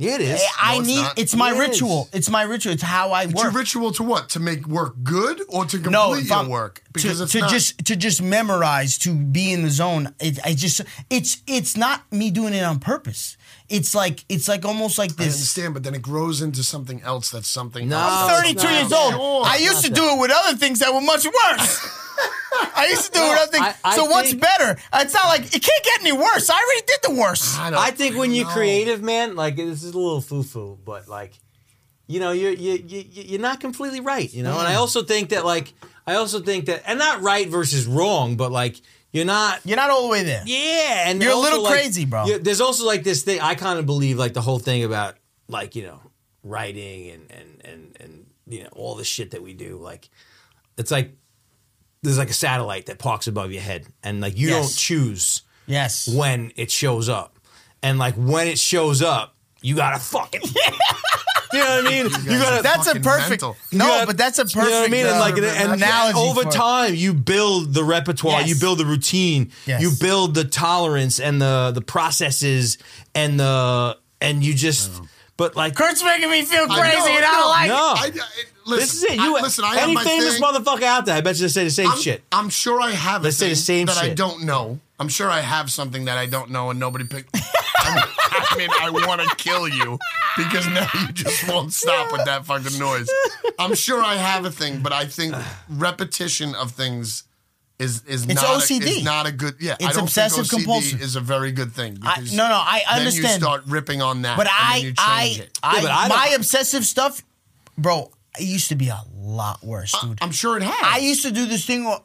Yeah, it is. I it's need. not. It's my It is. ritual. It's my ritual. It's how I It's your work. ritual to what? To make work good or to complete no, if your I'm- work? to- Because to, it's not, just to just memorize to be in the zone. It, I just it's it's not me doing it on purpose. It's like it's like almost like I this. understand, but then it grows into something else. That's something. No. else, I'm that's 32 something years else. old. Sure. I used to do it with other things that were much worse. I used to do it with other things. I- I so what's think- better? It's not like it can't get any worse. I already did the worst. I, don't- I think when I you're don't know. creative, man, like this is a little foo foo, but like, you know, you're you you you- you're not completely right, you know. And I also think that like I also think that and not right versus wrong, but like you're not. You're not all the way there. Yeah, and You're a also, little like, crazy, bro. you- There's also like this thing I kind of believe like the whole thing about like you know writing and and and and you know all the shit that we do like it's like there's like a satellite that parks above your head and like you Yes. don't choose Yes. when it shows up. And like when it shows up, you gotta fucking. *laughs* you know what I mean? You, gotta. That's a Fucking perfect. mental. No, you gotta- but that's a perfect. You know what I mean? And uh, like, and, and analogy over for it. time, you build the repertoire, Yes. you build the routine, Yes. you build the tolerance and the the processes and the and you just. But like, Kurt's making me feel I know, crazy, and I no, don't like. No. it. I, I, listen, Oh. this is it. You I, listen. I any have my famous thing. motherfucker out there, I bet you they say the same I'm, shit. I'm sure I have. Let's a say the thing same that I shit. don't know. I'm sure I have something that I don't know, and nobody *laughs* picked. I mean, I want to kill you because now you just won't stop with that fucking noise. I'm sure I have a thing, but I think repetition of things is is It's not A, OCD. is not a good. Yeah, I It's don't obsessive think OCD compulsive. is a very good thing. I, because no, no, I then understand. you start ripping on that, but and then I, you I, change it. I, Yeah, but I don't- my obsessive stuff, bro. It used to be a lot worse, dude. I'm sure it has. I used to do this thing o-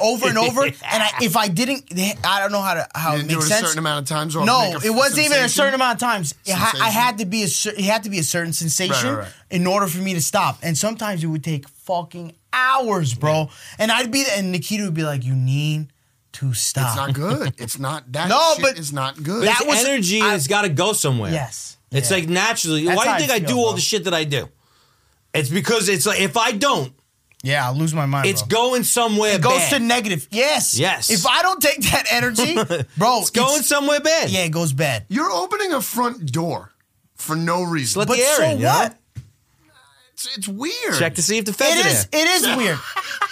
over and *laughs* over, and I, if I didn't, I don't know how to how You it didn't do makes it sense. a certain amount of times. Or no, make a it wasn't even sensation? a certain amount of times. It ha- I Sensation? had to be a cer- it had to be a certain sensation Right, right, right. in order for me to stop. And sometimes it would take fucking hours, bro. And I'd be and Nikita would be like, "You need to stop." It's not good. It's not that. *laughs* No, shit but is not good. that That was- energy I- has got to go somewhere. Yes. It's Yeah. like naturally. That's why do how you I think I, feel, do all bro. the shit that I do? It's because it's like if I don't, Yeah, I'll lose my mind. it's bro. going somewhere. It goes bad. to negative. Yes. Yes. If I don't take that *laughs* energy, bro, It's going somewhere bad. Yeah, it goes bad. You're opening a front door for no reason. Let But the air so in. you know? what? It's, it's weird. Check to see if the feds It are is. there. It is weird.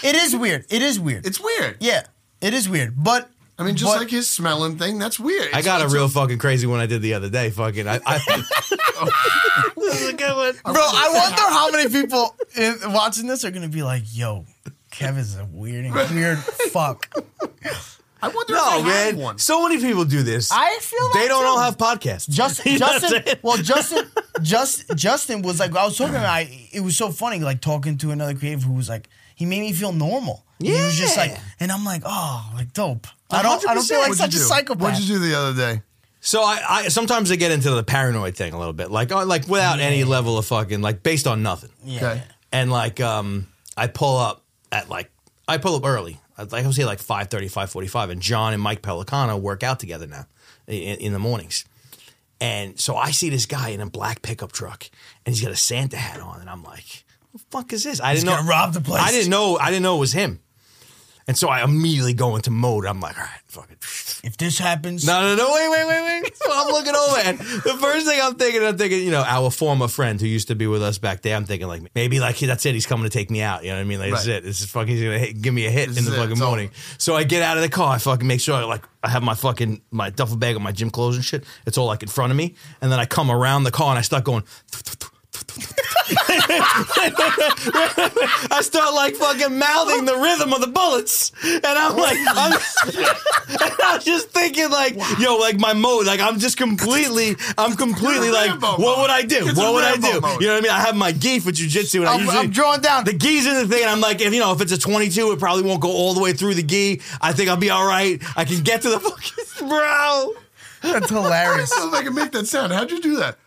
It is weird. It is weird. It's weird. yeah, it is weird. But I mean, just but- like his smelling thing, that's weird. I got a real fucking crazy one I did the other day. Fucking, I, *laughs* *laughs* I, this is a good one. bro, I wonder how many people in, watching this are gonna be like, "Yo, Kevin's a weird, weird fuck." I wonder No, if I had man. one. So many people do this. I feel they that don't too. all have podcasts. *laughs* Just, You know what I'm Justin, saying? *laughs* well, Justin, just Justin was like, I was talking, about. I it was so funny, like talking to another creative who was like, he made me feel normal. he was just like, Yeah. and I'm like, oh, like dope. I don't, I don't feel like What'd you such a do? psychopath. What'd you do the other day? So I, I sometimes I get into the paranoid thing a little bit, like oh, like without any level of fucking like based on nothing. Yeah. Okay. and like um I pull up at like I pull up early. I- Like I was here like 5:30, 5:45 and John and Mike Pelicano work out together now in, in the mornings. And so I see this guy in a black pickup truck and he's got a Santa hat on and I'm like, "What the fuck is this?" I didn't gonna know rob the place. I didn't know I didn't know it was him. And so I immediately go into mode. I'm like, "All right, fucking If this happens, no, no, no, wait, wait, wait, wait. So I'm looking over, and the first thing I'm thinking, I'm thinking, you know, our former friend who used to be with us back there, I'm thinking, like, maybe, like, that's it. He's coming to take me out. You know what I mean? Like, that's Right. it. This is fucking, he's going to hit, give me a hit This in is the it. fucking It's morning. So I get out of the car. I fucking make sure, I, like, I have my fucking, my duffel bag and my gym clothes and shit. It's all, like, in front of me. And then I come around the car and I start going, I start like fucking mouthing the rhythm of the bullets, and I'm like, I'm, *laughs* and I'm just thinking like, yo, like my mode, like I'm just completely, I'm completely It's a like, Rambo what would mode. I do? It's what a would I Rambo do? mode. You know what I mean? I have my gi for jujitsu, and i I'm, usually I'm *laughs* drawing down. the gi's in the thing, and I'm like, if you know, if it's a 22, it probably won't go all the way through the gi. I think I'll be all right. I can get to the *laughs* fucking bro. *laughs* That's hilarious. I don't know if I can make that sound. How'd you do that?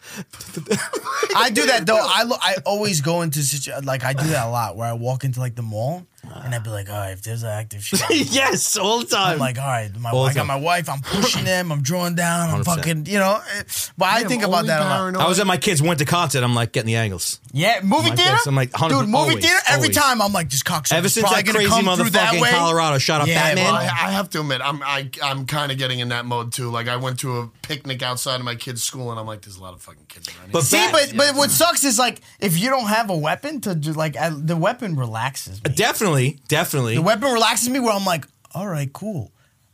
I do that though. I lo- I always go into situ- like I do that a lot where I walk into like the mall and I'd be like, all right, if there's an active shit. *laughs* *laughs* yes, all the time. I'm like, all right, my, All the I got time. my wife. I'm pushing them. I'm drawing down. I'm 100%. fucking, you know. eh, But I think about that a lot. I was at my kids' winter concert. I'm like getting the angles. Yeah, movie Like theater. this, I'm like, 100 dude, movie always, theater. Every always. time I'm like, just cocksucker. Ever since that crazy motherfucker in Colorado shot up Yeah, Batman, bro. I, I have to admit, I'm I, I'm kind of getting in that mode too. Like I went to to a picnic outside of my kid's school, and I'm like, there's a lot of fucking kids around here. But See, back- but but what sucks is like if you don't have a weapon to do, like I, the weapon relaxes me. definitely, definitely. The weapon relaxes me where I'm like, all right, cool,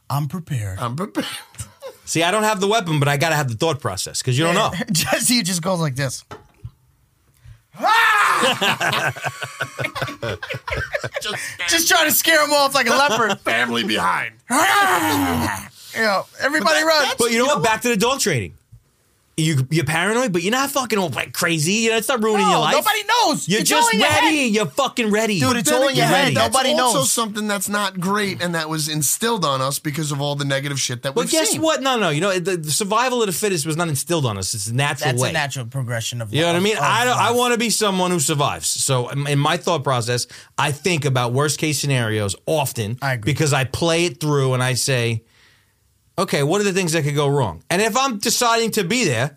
I'm prepared. I'm prepared. See, I don't have the weapon, but I gotta have the thought process because you don't know. *laughs* Jesse just goes like this. Just Just trying to scare him off like a leopard. *laughs* family behind. You know, everybody runs. But you know what? Back to the dog training. You you're paranoid, but you're not fucking all like crazy. You know, it's not ruining No, your life. Nobody knows. You're It's all just in your head. ready. You're fucking ready, Dude, it's all in You're your head. ready. That's Nobody also knows. something that's not great, and that was instilled on us because of all the negative shit that But we've guess seen. what? No, no. You know, the, the survival of the fittest was not instilled on us. It's a natural That's way. a natural progression of. You know what I of- mean? of I don't, I life. want to be someone who survives. So in in my thought process, I think about worst case scenarios often I agree. because I play it through and I say, okay, what are the things that could go wrong? And if I'm deciding to be there,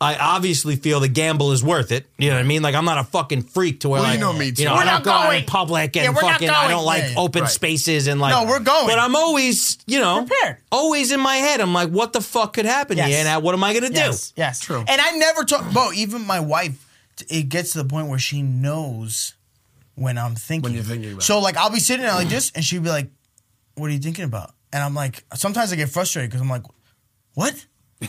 I obviously feel the gamble is worth it. You know what I mean? Like I'm not a fucking freak to where Well, you know like, me, too. know, We're I don't not go out in going. public and Yeah, we're not fucking I going. don't like Yeah, yeah. open Right. space spaces and like No, we're going. But I'm always, you know, Prepared. always in my head. I'm like, what the fuck could happen Yes. here? And I- what am I gonna Yes, do? yes, True. And I never talk, bro. Even my wife, t- it gets to the point where she knows when I'm thinking. you're thinking about So like, I'll be sitting there like this, and she'd be like, "What are you thinking about?" And I'm like, sometimes I get frustrated because I'm like, "What?"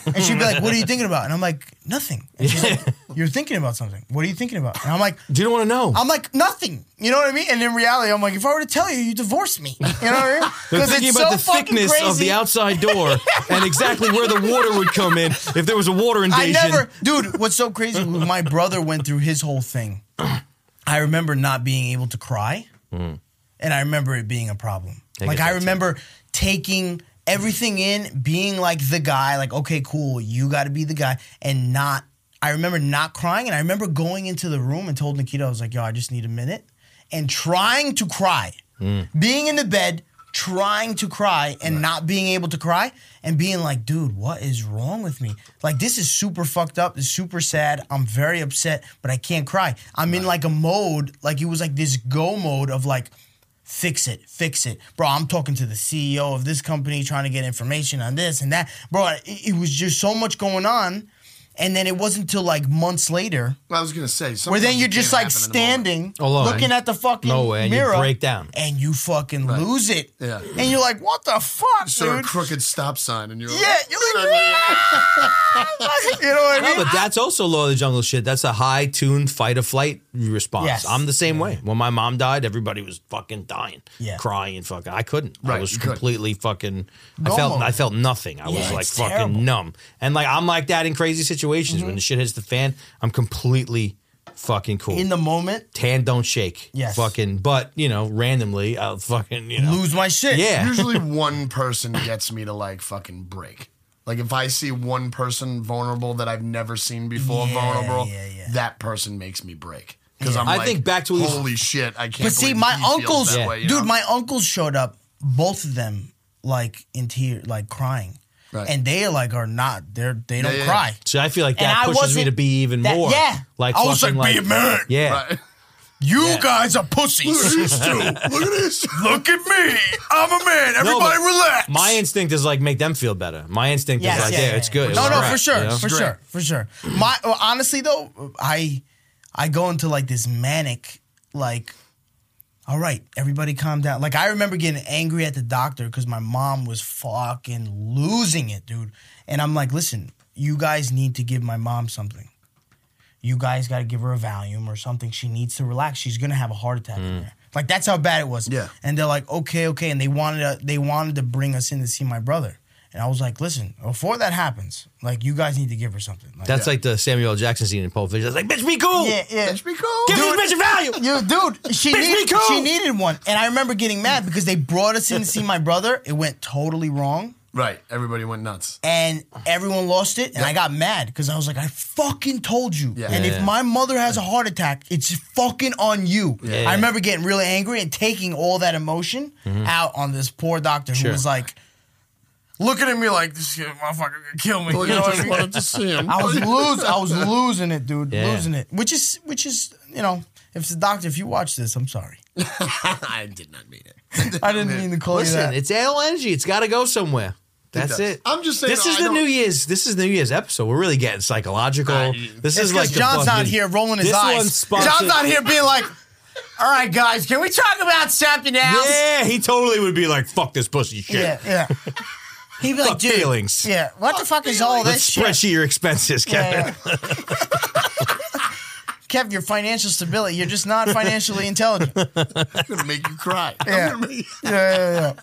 And she'd be like, "What are you thinking about?" And I'm like, "Nothing." And *laughs* she's like, "You're thinking about something. What are you thinking about?" And I'm like, Do you don't want to know? I'm like, nothing. You know what I mean? And in reality, I'm like, if I were to tell you, you divorce me. You know what I mean? They're Because thinking it's about so the fucking thickness crazy. of the outside *laughs* door and exactly where the water would come in if there was a water I invasion. never, dude. What's so crazy? was My brother went through his whole thing. I remember not being able to cry, and I remember it being a problem. I like get that I too. remember taking everything in, being like the guy, like okay, cool, you got to be the guy, and not. I remember not crying, and I remember going into the room and told Nikita, I was like, "Yo, I just need a minute," and trying to cry, Hmm. being in the bed. Trying to cry and not being able to cry, and being like, dude, what is wrong with me? Like, this is super fucked up. This is super sad. I'm very upset, but I can't cry. I'm in like a mode, like, it was like this go mode of like, fix it, fix it. Bro, I'm talking to the CEO of this company trying to get information on this and that. Bro, it, it was just so much going on. And then it wasn't till like months later I was gonna say. where sometimes then it you're can't just like happen in the moment. standing, Alone. looking at the fucking Oh, No way, and you mirror, break down. and you fucking lose it. Yeah. And you're like, what the fuck, saw a dude? crooked stop sign, and you're like, *laughs* yeah, you're like, "Ah!" *laughs* you know what I No, mean? but that's also law of the jungle shit. That's a high tuned fight or flight response. Yes. I'm the same way. When my mom died, everybody was fucking dying, Yeah. crying, fucking. I couldn't. I Right, was you couldn't. completely fucking. I Go felt. mode. I felt nothing. I was Yeah, like it's fucking terrible. Mm-hmm. numb. And like I'm like that in crazy situations. When the shit hits the fan, I'm completely fucking cool. In the moment, Tan don't shake. Yes. Fucking. But you know, randomly, I'll fucking you know. lose my shit. yeah. usually one person gets me to like fucking break. Like if I see one person vulnerable that I've never seen before, Yeah, vulnerable, yeah, yeah. that person makes me break. Because I'm I like, think back to what you- holy shit, I can't. But see, believe my he feels uncles, that way, you dude, know? my uncles showed up, both of them, like in tear, like crying, Right. and they like are not. They're they don't Yeah, yeah. cry. So I feel like And that I pushes me wasn't- to be even that- more. yeah. Like I was fucking like, be like- a man. Yeah. Right. *laughs* You guys are pussies. Look at these two. Look at this. *laughs* Look at me. I'm a man. No, but Everybody relax. My instinct is like make them feel better. My instinct Yes, is like, yeah, yeah, yeah, it's yeah. good. It No, was no, all for right, sure, you know? for Great. sure, for sure. My well, honestly though, I I go into like this manic like. All right, everybody calm down. Like I remember getting angry at the doctor because my mom was fucking losing it, dude. And I'm like, listen, you guys need to give my mom something. You guys got to give her a Valium or something. She needs to relax. She's gonna have a heart attack Mm. in there. Like that's how bad it was. Yeah. And they're like, okay, okay. And they wanted to, they wanted to bring us in to see my brother. And I was like, listen, before that happens, like you guys need to give her something. Like, That's like the Samuel L. Jackson scene in Pulp Fiction. It's like, bitch, be cool. yeah, yeah. That should be cool. Give Dude. this bitch a *laughs* value. Yo, dude, she, Bitch, need- we cool. she needed one. And I remember getting mad because they brought us in to see my brother. It went totally wrong. Right. Everybody went nuts. And everyone lost it. And I got mad because I was like, I fucking told you. Yeah. And Yeah, if yeah. my mother has a heart attack, it's fucking on you. Yeah. Mm-hmm. I remember getting really angry and taking all that emotion out on this poor doctor Sure. who was like, looking at me like, this shit, motherfucker could kill me. You know what I *laughs* mean? wanted to see him. I *laughs* was lose, I was *laughs* losing it, dude, Yeah. losing it. Which is, which is, you know, if the doctor, if you watch this, I'm sorry. *laughs* I did not mean it. *laughs* I didn't mean to call Listen, you that. it's AL energy. It's got to go somewhere. That's does. it. I'm just saying, This no, is I the don't- New Year's. This is the New Year's episode. We're really getting psychological. Uh, this It's is like because the John's not fucking- here rolling his this eyes. one's sponsored- John's not here being like, all right, guys, can we talk about something else? Yeah, he totally would be like, "Fuck this pussy shit." Yeah, yeah. He'd be like, Fuck dude, feelings. yeah, what the fuck is all Let's this *laughs* shit? spreadsheet your expenses, Kevin. Yeah, yeah. Kev, your financial stability, you're just not financially *laughs* intelligent. Yeah, I'm gonna make you cry. Yeah. I'm gonna make *laughs* yeah, yeah, yeah.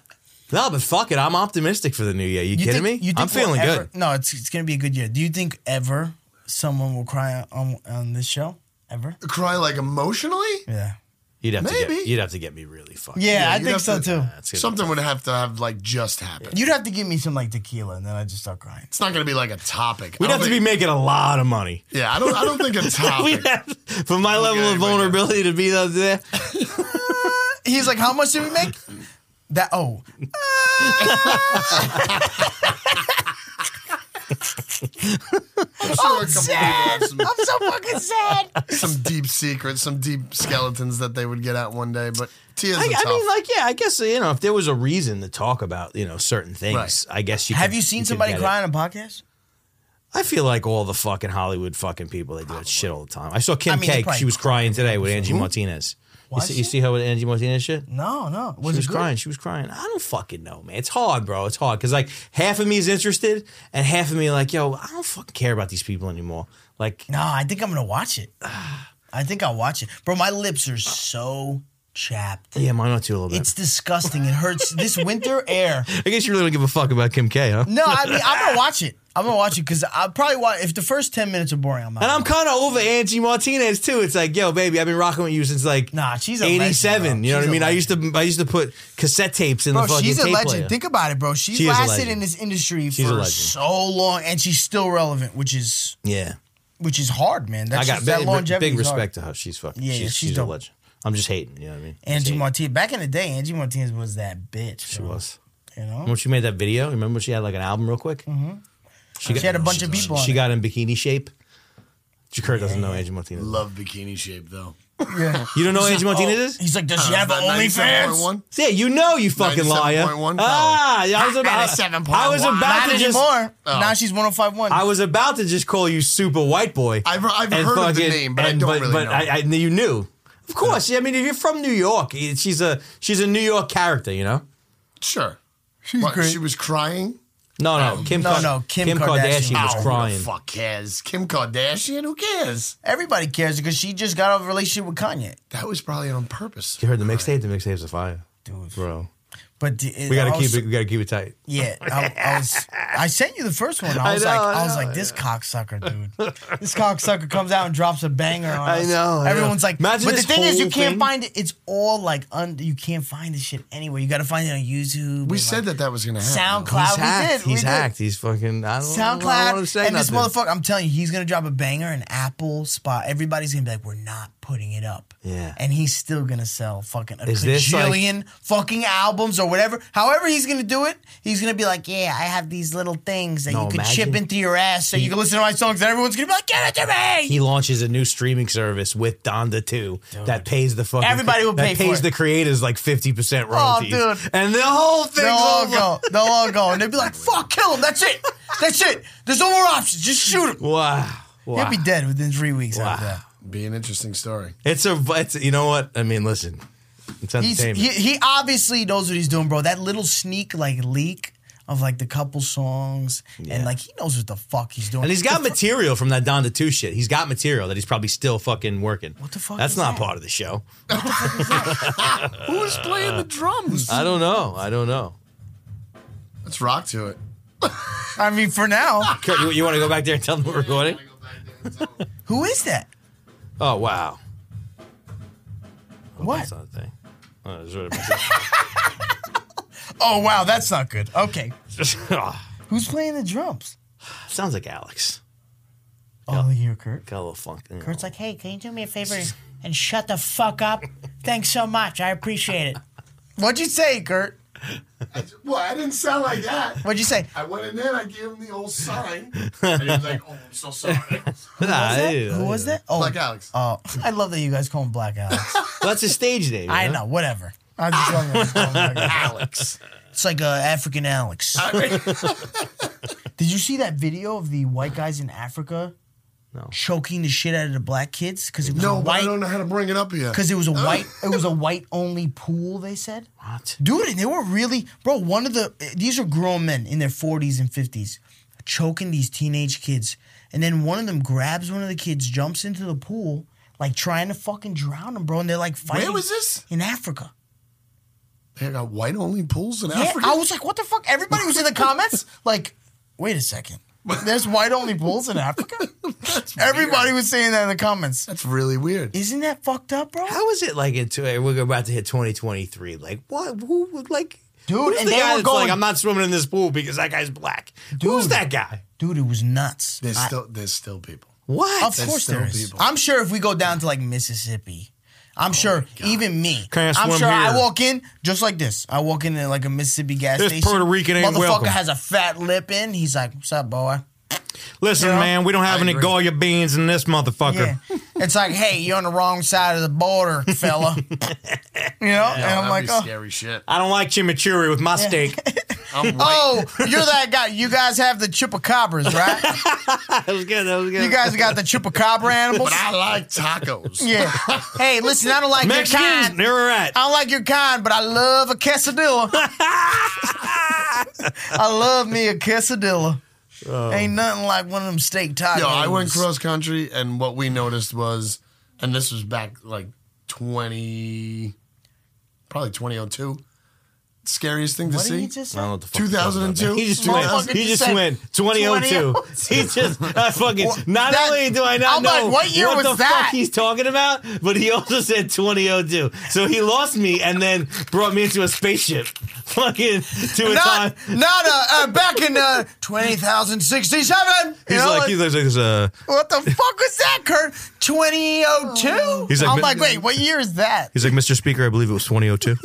No, but fuck it. I'm optimistic for the new year. You, You kidding think- me? you think I'm feeling we'll ever- good. No, it's, it's going to be a good year. Do you think ever someone will cry on, on this show? Ever? you cry like emotionally. Yeah. You'd have to get Maybe. you'd have to get me really fucked. Yeah, I you'd think have so to- too. That's gonna- Something would have to have like just happened. You'd have to give me some like tequila and then I'd just start crying. It's not gonna be like a topic. We'd I have don't to be think- making a lot of money. *laughs* Yeah, I don't. I don't think *laughs* a topic. We'd have, for my level Okay, of but yeah. vulnerability to be up there, He's like, how much did *laughs* we make? That, oh, I'm sure a couple people have some, I'm so fucking sad. some deep secrets, some deep skeletons that they would get at one day. But Tia's a I, tough. I mean, like, yeah, I guess you know, if there was a reason to talk about you know certain things, Right. I guess you Have could- you seen could somebody get it. cry on a podcast? I feel like all the fucking Hollywood fucking people they do that shit all the time. I saw Kim I mean, they K. probably- She was crying today with Angie Martinez. You Was see, you she? see her with Angie Martinez shit? No, no. She Was was it good? crying. She was crying. I don't fucking know, man. It's hard, bro. It's hard because like half of me is interested and half of me like, yo, I don't fucking care about these people anymore. Like, No, I think I'm gonna *sighs* watch it. I think I'll watch it, bro. My lips are so chapped. yeah, mine are too a little bit. It's disgusting. It hurts. this winter air. I guess you really don't give a fuck about Kim K, huh? No, I mean I'm *laughs* gonna watch it. I'm gonna watch it because I'll probably watch. If the first ten minutes are boring, I'm out. And I'm kind of over Angie Martinez too. It's like, yo, baby, I've been rocking with you since like Nah, she's a legend, '87. bro. you know She's what I a mean? I used to, I used to put cassette tapes in the Bro, fucking she's a tape legend. player. Think about it, bro. She's She is a lasted legend. in this industry a for legend. so long, and she's still relevant, which is yeah, which is hard, man. That's I got just, that big, longevity. big is hard. respect to her. She's fucking. Yeah, she's, yeah, she's she's, a dope. legend. I'm just hating. You know what I mean? Angie Just Martinez. Back in the day, Angie Martinez was that bitch. She hating. was. You know, When she made that video, remember when she had like an album real quick? Mm-hmm. She, She had a bunch of people on She it. got in bikini shape. Jakar doesn't know Angie Martinez. Love bikini shape though. You don't know Angie Martinez is? He's like, Uh, does she have Is that OnlyFans? 97.1? Yeah, you know you fucking liar. 97.1 Ah, I was about, 97.1. I was about Not to just anymore. Now she's 1051. I was about to just call you super white boy. I've- I've and heard of the name, but I don't but, really but know. I, I, knew you knew, of course. Yeah. I mean, if you're from New York, eh, she's a she's a New York character, you know. Sure. What, great. She was crying. No, Uh, no, Kim. No, Kar- no, Kim Kardashian, Kardashian. Ow, was who the crying. fuck cares? Kim Kardashian? Who cares? Everybody cares because she just got out of a relationship with Kanye. That was probably on purpose. You heard the mixtape? The mixtape's a fire, dude, bro. But d- it- We gotta I was- keep it. We gotta keep it tight. *laughs* Yeah, I, I was. I sent you the first one. I I was know, like, I I, was know, like, this *laughs* cocksucker, dude. This cocksucker comes out and drops a banger on I us. know, I know. Everyone's like, Imagine but the this thing is, you whole can't thing. find it. It's all like, un- you can't find this shit anywhere. You got to find it on YouTube. We and, said like, that that was gonna happen. SoundCloud. he's we hacked. did. we he's did. hacked. He's fucking. I don't, I don't wanna SoundCloud say and this nothing. motherfucker. I'm telling you, he's gonna drop a banger and Apple spot. Everybody's gonna be like, we're not putting it up. Yeah. and he's still gonna sell fucking a Is this like- bajillion fucking albums or whatever. However, he's gonna do it. He's gonna be like, yeah, I have these little things that No, you can imagine- chip into your ass, so you can listen to my songs. And everyone's gonna be like, get it to me. He launches a new streaming service with Donda 2 that pays the fucking Everybody will pay that for pays it. Oh, the creators like fifty percent royalties. dude. And the whole thing. They'll all go. They'll all go, and they'll be like, fuck, kill him. That's it. That's it. There's no more options. Just shoot him. Wow. Wow. He'll be dead within three weeks after that. Be an interesting story. It's a. It's you know what I mean. Listen, it's He's, entertainment. he, he obviously knows what he's doing, bro. That little sneak like leak of like the couple songs and like he knows what the fuck he's doing. and he's got The fir- material from that Donda Two shit. He's got material that he's probably still fucking working. What the fuck That's is not that? part of the show. Who's playing the drums? I don't know. I don't know. Let's rock to it. I mean, for now, Kurt, you, want to go back there and tell them we're recording? who is that? Oh wow. What? That's not a thing. Oh, there's what Oh wow, that's not good. Okay, it- who's playing the drums? Sounds like Alex. Oh, here, Kurt. Got a little funk. you know. Kurt's like, hey, can you do me a favor and shut the fuck up? Thanks so much. I appreciate it. What'd you say, Kurt? Well, I didn't sound like that. What'd you say? I went in there, I gave him the old *laughs* sign. And he was like, oh, I'm so sorry. Nah, Was that- I- Who was that? Oh, Black Alex. Oh, I love that you guys call him Black Alex. Well, that's his stage name. you Oh I know, whatever. I just love that you call him Black *laughs* Alex. Alex. It's like a African Alex. *laughs* Did you see that video of the white guys in Africa No. choking the shit out of the black kids because it was No, a but I white don't know how to bring it up here. because it was *laughs* a white it was a white only pool they said What? dude and they were really bro one of the these are grown men in their 40s and 50s choking these teenage kids and then one of them grabs one of the kids jumps into the pool like trying to fucking drown him bro and they're like fighting was this? in africa They got white only pools in yeah Africa. i was like what the fuck everybody was in *laughs* the comments like wait a second there's white only pools in africa *laughs* everybody was saying that in the comments That's really weird. isn't that fucked up bro How is it like in two, we're about to hit 2023? Like what? Who would like? Dude, who's and the they guy were that's going- like, I'm not swimming in this pool because that guy's black. Who's Dude. that guy? dude it was nuts There's I- still there's still people. What? Of course still there is. people. Oh I'm sure if we go down to like Mississippi, I'm sure even me. Can't I'm swim sure I here. walk in just like this. I walk into like a Mississippi gas This station. Puerto Rican ain't motherfucker welcome. has a fat lip in. He's like, "What's up, boy?" Listen, Yeah. man, we don't have I any agree. Goya beans in this motherfucker. Yeah. it's like, "Hey, you're on the wrong side of the border, *laughs* fella." you know, and Yeah, I'm that'd like, be "Oh, scary shit. I don't like chimichurri with my steak. *laughs* I'm white. *laughs* oh, you're that guy. You guys have the chupacabras, right? that was good. That was good. you guys got the chupacabra animals." but I like tacos. *laughs* yeah. Hey, listen, I don't like your Uh, Mexicans, kind. they were right. I don't like your kind, but I love *laughs* a quesadilla. I love me a quesadilla. Ain't nothing like one of them steak tacos. Oh. Yo, I went cross country, and what we noticed was, and this was back like 20, probably 2002. Scariest thing to What did see. *laughs* you just I don't know say? what the fuck you're talking about, 2002? man. He just Motherfucker went. He just just said went. 2002. 2002. He just. I fucking. Well, Not that- only do I not I'm know like, what year was the that? fuck he's talking about, but he also said 2002. So he lost me and then brought me into a spaceship, *laughs* fucking to a time. Not, not uh, uh, back in uh, 2067. He's like, he's like, he's, uh, what the fuck was that, Kurt? 2002? He's like, I'm "Mi- like, wait, what year is that? he's like, Mr. Speaker, I believe it was 2002. *laughs*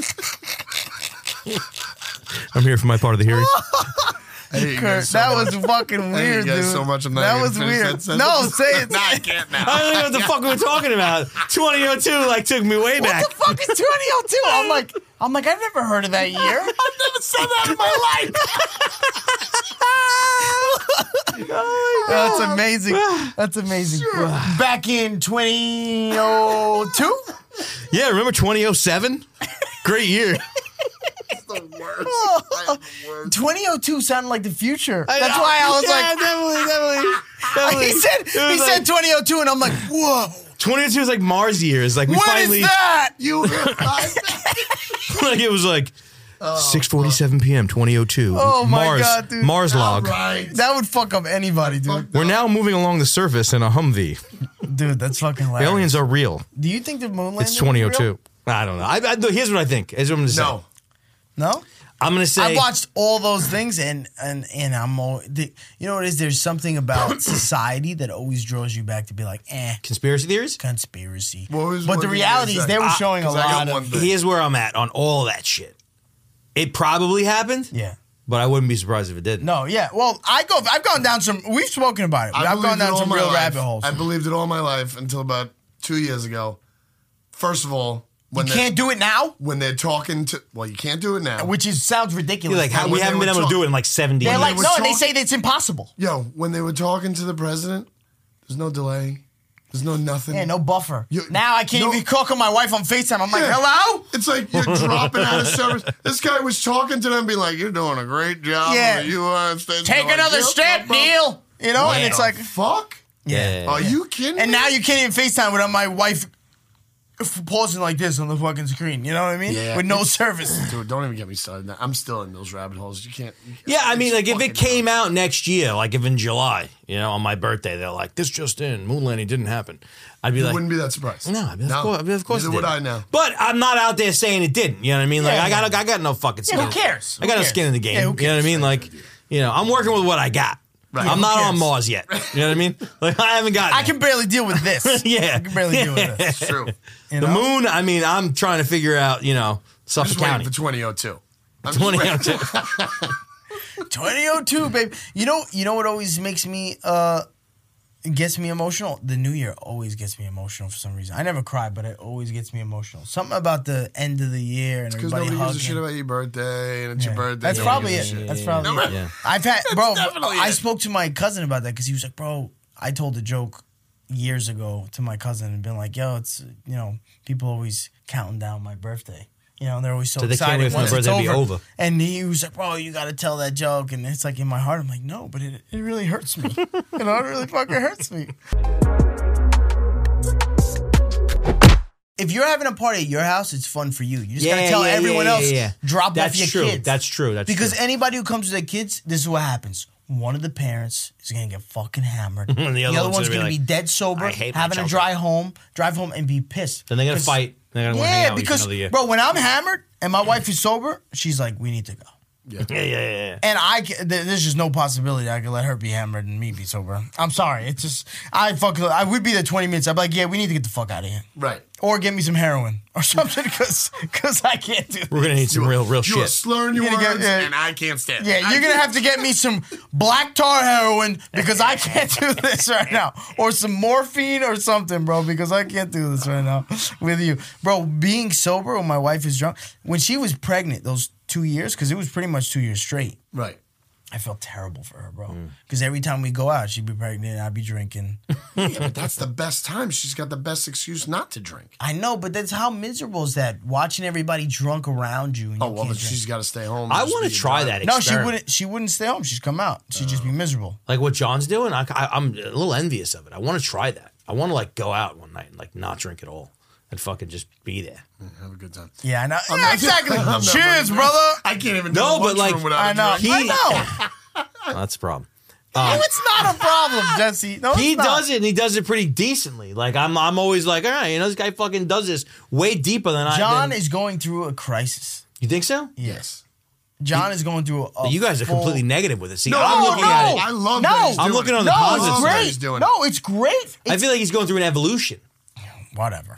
I'm here for my part of the hearing. I hate you Kurt, guys so that much. was *laughs* fucking I hate weird, you guys dude. so much. I'm not that even was gonna finish weird. that sentence. *laughs* no, say it. Nah, I can't I now. don't even know what the fuck we're talking about. 2002, like, took me way back. What the fuck is 2002? *laughs* I'm like, I'm like, I've never heard of that year. *laughs* I've never said that in my life. *laughs* That's *sighs* amazing. That's amazing. Back in *laughs* 2002? Yeah, remember 2007? Great year. That's the worst. I am the worst. 2002 sounded like the future. That's why I was like, definitely, definitely, *laughs* definitely. he said, It he was said like, 2002, and I'm like, whoa. 22 is like Mars years. Like we What is finally, *laughs* that? *laughs* You realize that? *laughs* like it was like Oh, 6:47 p.m. 2002. Oh my Mars, God, dude. Mars log. Right. That would fuck up anybody, dude. We're now moving along the surface in a Humvee. Dude, that's The fucking hilarious. aliens are real. Do you think the moon landing? It's was 2002. real? I don't know. I, I, here's what I think. Here's what I'm gonna say. No. No. I'm gonna say. I watched all those things, and and and I'm all the, you know what it is. There's something *coughs* about society that always draws you back to be like, eh, conspiracy theories. conspiracy. What was- but what did the you reality is, say? they were Ah, showing a 'cause I got lot of one thing. Here's where I'm at on all that shit. It probably happened, yeah. but I wouldn't be surprised if it didn't. No, yeah. Well, I go. I've gone down some. We've spoken about it. I have believed gone it down all some my real life. rabbit holes. I believed it all my life until about two years ago. First of all, when you they- can't do it now, when they're talking to well, you can't do it now. which is sounds ridiculous. You're like, how, when we they haven't been were able talk- to do it in like 70 They're years. like, were no, and they talk- say that it's impossible. Yo, when they were talking to the president, there's no delay. There's no nothing. Yeah, no buffer. You- now I can't no- even call my wife on Facetime. I'm like, hello. It's like *laughs* you're dropping out of service. This guy was talking to them, being like, "You're doing a great job. Yeah. in the United States." Take They're like, another "Yep, yep, step, yep." Neil. You know, and Wow. it's like, Fuck. yeah. Oh, Are you kidding? And me? now you can't even FaceTime without my wife f- pausing like this on the fucking screen. You know what I mean? Yeah. With *laughs* no service. dude, don't even get me started. on that. I'm still in those rabbit holes. You can't. you can't- Yeah, I mean, it's like if fucking it came out next year, like if in July, you know, on my birthday, they're like, "This just in, moon landing didn't happen." I'd be You like, wouldn't be that surprised. "No, I'd be, of course, I'd be, of course." it Neither would didn't." I now. *laughs* But I'm not out there saying it didn't. You know what I mean? Like Yeah, I got, I got no fucking skin. who cares? I got Who no cares? skin in the game. Yeah, who you know what I mean? Like, you know, I'm working with what I got. Right. I'm Who not on cares? Mars yet. You know what I mean? Like I haven't got. I can barely deal *laughs* with this. *laughs* Yeah. I can barely deal with this. *laughs* It's true. You the know? moon. I mean, I'm trying to figure out. You know, Suffolk Just waiting *laughs* County. for 2002. I'm just 20 waiting- out of 10. 2002, babe. You know, you know what always makes me uh It gets me emotional. The new year always gets me emotional for some reason. I never cry, but it always gets me emotional. Something about the end of the year and Because nobody everybody gives a hugging. shit about your birthday and it's Yeah. your birthday. That's Nobody probably gives it. a shit. That's probably it. Yeah. I've *laughs* had, bro. definitely I it. spoke to my cousin about that because he was like, bro, I told a joke years ago to my cousin and been like, yo, it's you know, people always counting down my birthday. You know, they're always so, So they can't excited wait for once their it's birthday to be over. And he was like, bro, you got to tell that joke. And it's like in my heart, I'm like, no, but it, it really hurts *laughs* me. you know, it really fucking hurts me. If you're having a party at your house, it's fun for you. You just gotta Yeah, tell yeah, everyone yeah, else yeah, yeah. drop That's off your true. kids. That's true. That's because true. anybody who comes with their kids, this is what happens. One of the parents is gonna get *laughs* fucking hammered. the, other other one's one's gonna gonna be be like, dead sober, "I hate my having a children." drive home, drive home and be pissed. Then they're gonna 'Cause- fight. They're gonna wanna hang Yeah, out with because each other. Yeah. bro, when I'm hammered and my wife is sober, she's like, "We need to go." Yeah, yeah, yeah. yeah. And I, ca- th- there's just no possibility I could let her be hammered and me be sober. I'm sorry. It's just I fuck. I would be there 20 minutes. I'd be like, "Yeah, we need to get the fuck out of here." Right. or get me some heroin or *laughs* something because because I can't do. That. We're gonna need some Oh, real, real You are shit. slurring your You're gonna words, get- yeah. and I can't stand it. Yeah, you're gonna have to get me some black tar heroin because I can't do this right now, or some morphine or something, bro, because I can't do this right now with you, bro. Being sober when my wife is drunk, when she was pregnant, those two years, because it was pretty much two years straight. *laughs* Right. I felt terrible for her, bro, Mm. because every time we go out, she'd be pregnant, and I'd *laughs* be drinking. Yeah, but that's the best time. She's got the best excuse not to drink. I know, but that's how miserable is that watching everybody drunk around you. And Oh you well, can't but drink. she's got to stay home. and I just want be a to Oh. try driver. that. No, Experiment. she wouldn't. She wouldn't stay home. She'd come out. She'd just be miserable. Like what John's doing. I, am a little envious of it. I want to try that. I want to like go out one night and like not drink at all and fucking just be there. Have a good time. Yeah, *laughs* I know. *laughs* I'm Yeah, not- exactly. I'm not Cheers, fucking- brother. I can't even. No, do a lunchroom but, like, without I a know. drink. I *laughs* know. that's a problem. no, it's not a problem, Jesse. No, Uh, He it's not. does it, and he does it pretty decently. Like I'm, I'm always like, all right, you know, this guy fucking does this way deeper than I. John than- is going through a crisis. You think so? Yes. John is going through a. a You guys are full- completely negative with it. See, No, I'm no, looking no. at it. I love No, that he's I'm doing looking it. on the No, positive it's Love that great. he's doing it. no, it's great. I It's, feel like he's going through an evolution. *laughs* whatever.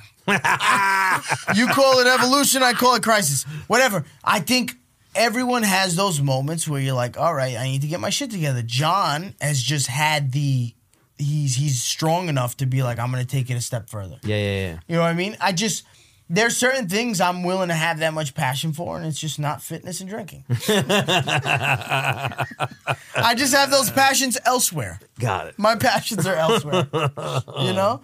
you call it evolution. I call it crisis. Whatever. I think everyone has those moments where you're like, all right, I need to get my shit together. John has just had the. He's he's strong enough to be like, I'm gonna take it a step further. Yeah, yeah, yeah. You know what I mean? I just there's certain things I'm willing to have that much passion for, and it's just not fitness and *laughs* drinking. I just have those passions elsewhere. Got it. My passions are elsewhere. you know,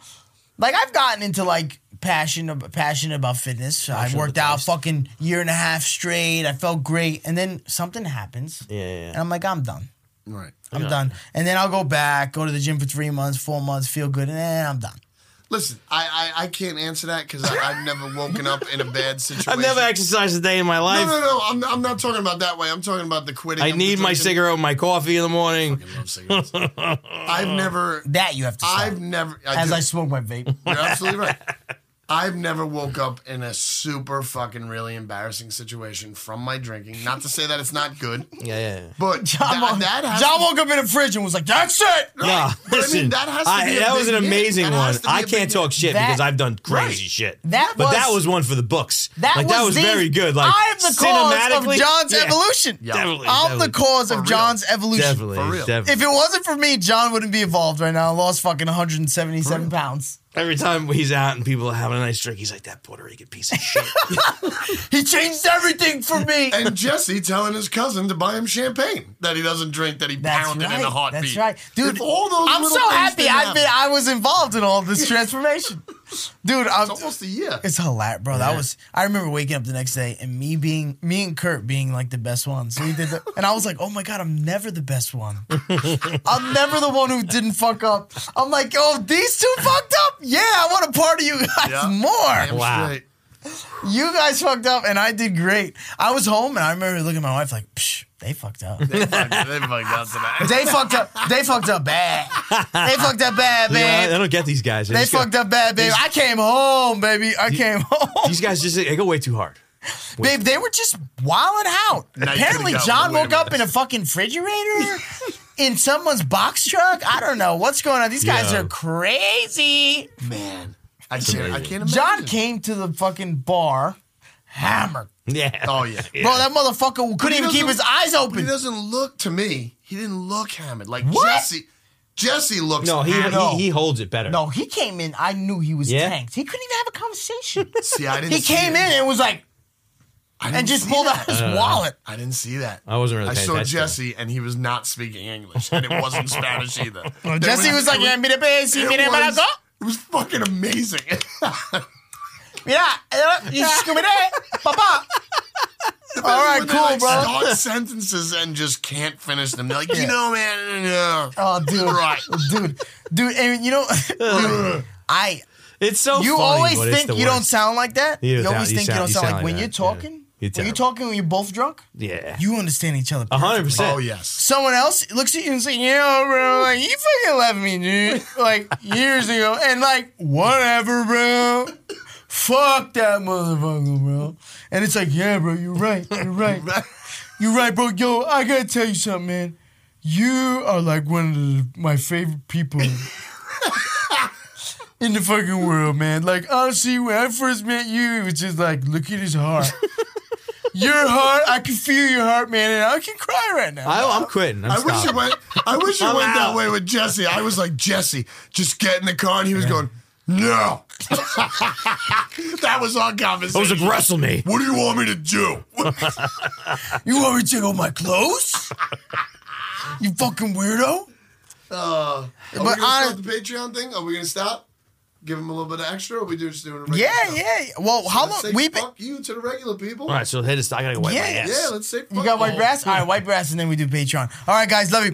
like I've gotten into like passion, ab- passionate about fitness. I worked out fucking year and a half straight. I felt great, and then something happens, Yeah, yeah, and yeah. I'm like, I'm done. Right. I'm done. And then I'll go back, go to the gym for three months, four months, feel good, and then I'm done. Listen, I I, I can't answer that because I've never woken up in a bad situation. *laughs* I've never exercised a day in my No, life. no, no. I'm, I'm not talking about that way. I'm talking about the quitting. I of the need my *laughs* drinking. cigarette, with my coffee in the morning. I love cigarettes. I've never. That you have to. Stop. I've never. I as do. I smoke my vape. You're absolutely *laughs* right. I've never woke up in a super fucking really embarrassing situation from my drinking. Not to say that it's not good, Yeah, yeah, yeah. *laughs* but John, tha- woke- that has John woke up in the fridge and was like, "That's it." Yeah, But I mean, listen, that has to I- be a that was big an hit. amazing That one. has to be I a can't big talk hit. shit That- because I've done crazy Right. shit. That but that was- was one for the books. That, like, was, that was the- very good. Like I am the cause of cinematically- John's Yeah, evolution. Yeah. Definitely, I'm the definitely, cause For of real. John's evolution. Definitely, For real. definitely. If it wasn't for me, John wouldn't be involved right now. I lost fucking 177 pounds. Every time he's out and people are having a nice drink, he's like that Puerto Rican piece of *laughs* shit. He changed everything for me. *laughs* And Jesse telling his cousin to buy him champagne that he doesn't drink that he That's pounded right. in a heartbeat. That's right, dude. If all those I'm little so things happy. didn't I've been. I was involved in *laughs* all this transformation, dude. I'm, It's almost a year. It's hilarious, bro. That was. I remember waking up the next day and me being me and Kurt being like the best ones. We did, the, and I was like, "Oh my god, I'm never the *laughs* best one. I'm never the one who didn't fuck up." I'm like, "Oh, these two fucked up. Yeah, I want to party you guys Yeah. more. Damn Wow. straight. You guys fucked up, and I did great. I was home, and I remember looking at my wife like, Psh, "They fucked up. They fucked, they fucked *laughs* out tonight. They fucked up. They fucked up bad. They fucked up bad, You know, I, man. I don't get these guys. they just go- fucked up bad, babe. I came home, baby. I came home." These guys just they go way too hard. Babe, they were just wilding out. Now you Apparently, could've John gotten away woke with up in a fucking *laughs* refrigerator in someone's box truck. I don't know what's going on. These guys Yeah. are crazy. Man, I can't, I can't imagine. John came to the fucking bar hammered. Yeah. Oh, *laughs* yeah. Bro, that motherfucker couldn't he even keep doesn't- his eyes But he open. doesn't look to me. He didn't look hammered. Like What? Jesse. Jesse looks. No, he, No. he he holds it better. No, he came in. I knew he was Yeah? tanked. He couldn't even have a conversation. *laughs* See, I didn't he see came it. in and was like, I didn't and just see pulled that. out his wallet. I didn't see that. I wasn't really I paying saw attention. Jesse, and he was not speaking English, and it wasn't Spanish *laughs* either. Jesse was like, "Yeah, mira, pues, it mira, para was- acá. It was fucking amazing. *laughs* Mira, eh, y scooby-doo, papa. All right, When they, cool, like, bro. Start sentences and just can't finish them. They're like, you know, man. uh, uh." Oh, dude, Right. dude, dude, and *laughs* you know, dude, I. it's so. You funny, always but it's think the you don't worst. sound like that. You You, sound- always you think sound- you don't you sound, sound like like when that, you're yeah. talking. You're when you're terrible. talking when you're both drunk. Yeah. Uh-huh. You understand each other. A hundred perfectly. percent. Oh *laughs* yes. Someone else looks at you and says, "You know, bro, like you fucking left me, dude, like years ago," and like whatever, bro. Fuck that motherfucker, bro. And it's like, yeah, bro, you're right, *laughs* you're right, you're right, bro. Yo, I gotta tell you something, man. You are like one of the, my favorite *laughs* people in the fucking world, man. Like honestly, when I first met you, it was just like, look at his *laughs* heart. Your heart, I can feel your heart, man, and I can cry right now. I, I'm quitting. I'm I wish it stopping. went. I wish it went out. that way with Jesse. I was like, Jesse, just get in the car, and he was going, no. *laughs* that was our It conversation. was like wrestle me. what do you want me to *laughs* do? You want me to take all my clothes? you fucking weirdo. Are But we gonna I- stop the Patreon thing? Are we gonna stop? Give him a little bit of extra, or are we just doing it right Yeah, now? yeah. Well, how long Let's say we been? fuck you to the regular people. All right, so hit us. I gotta go wipe my Yeah. ass. Yeah, let's say fuck You got white all. brass? All right, white brass, and then we do Patreon. All right, guys, love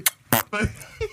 you.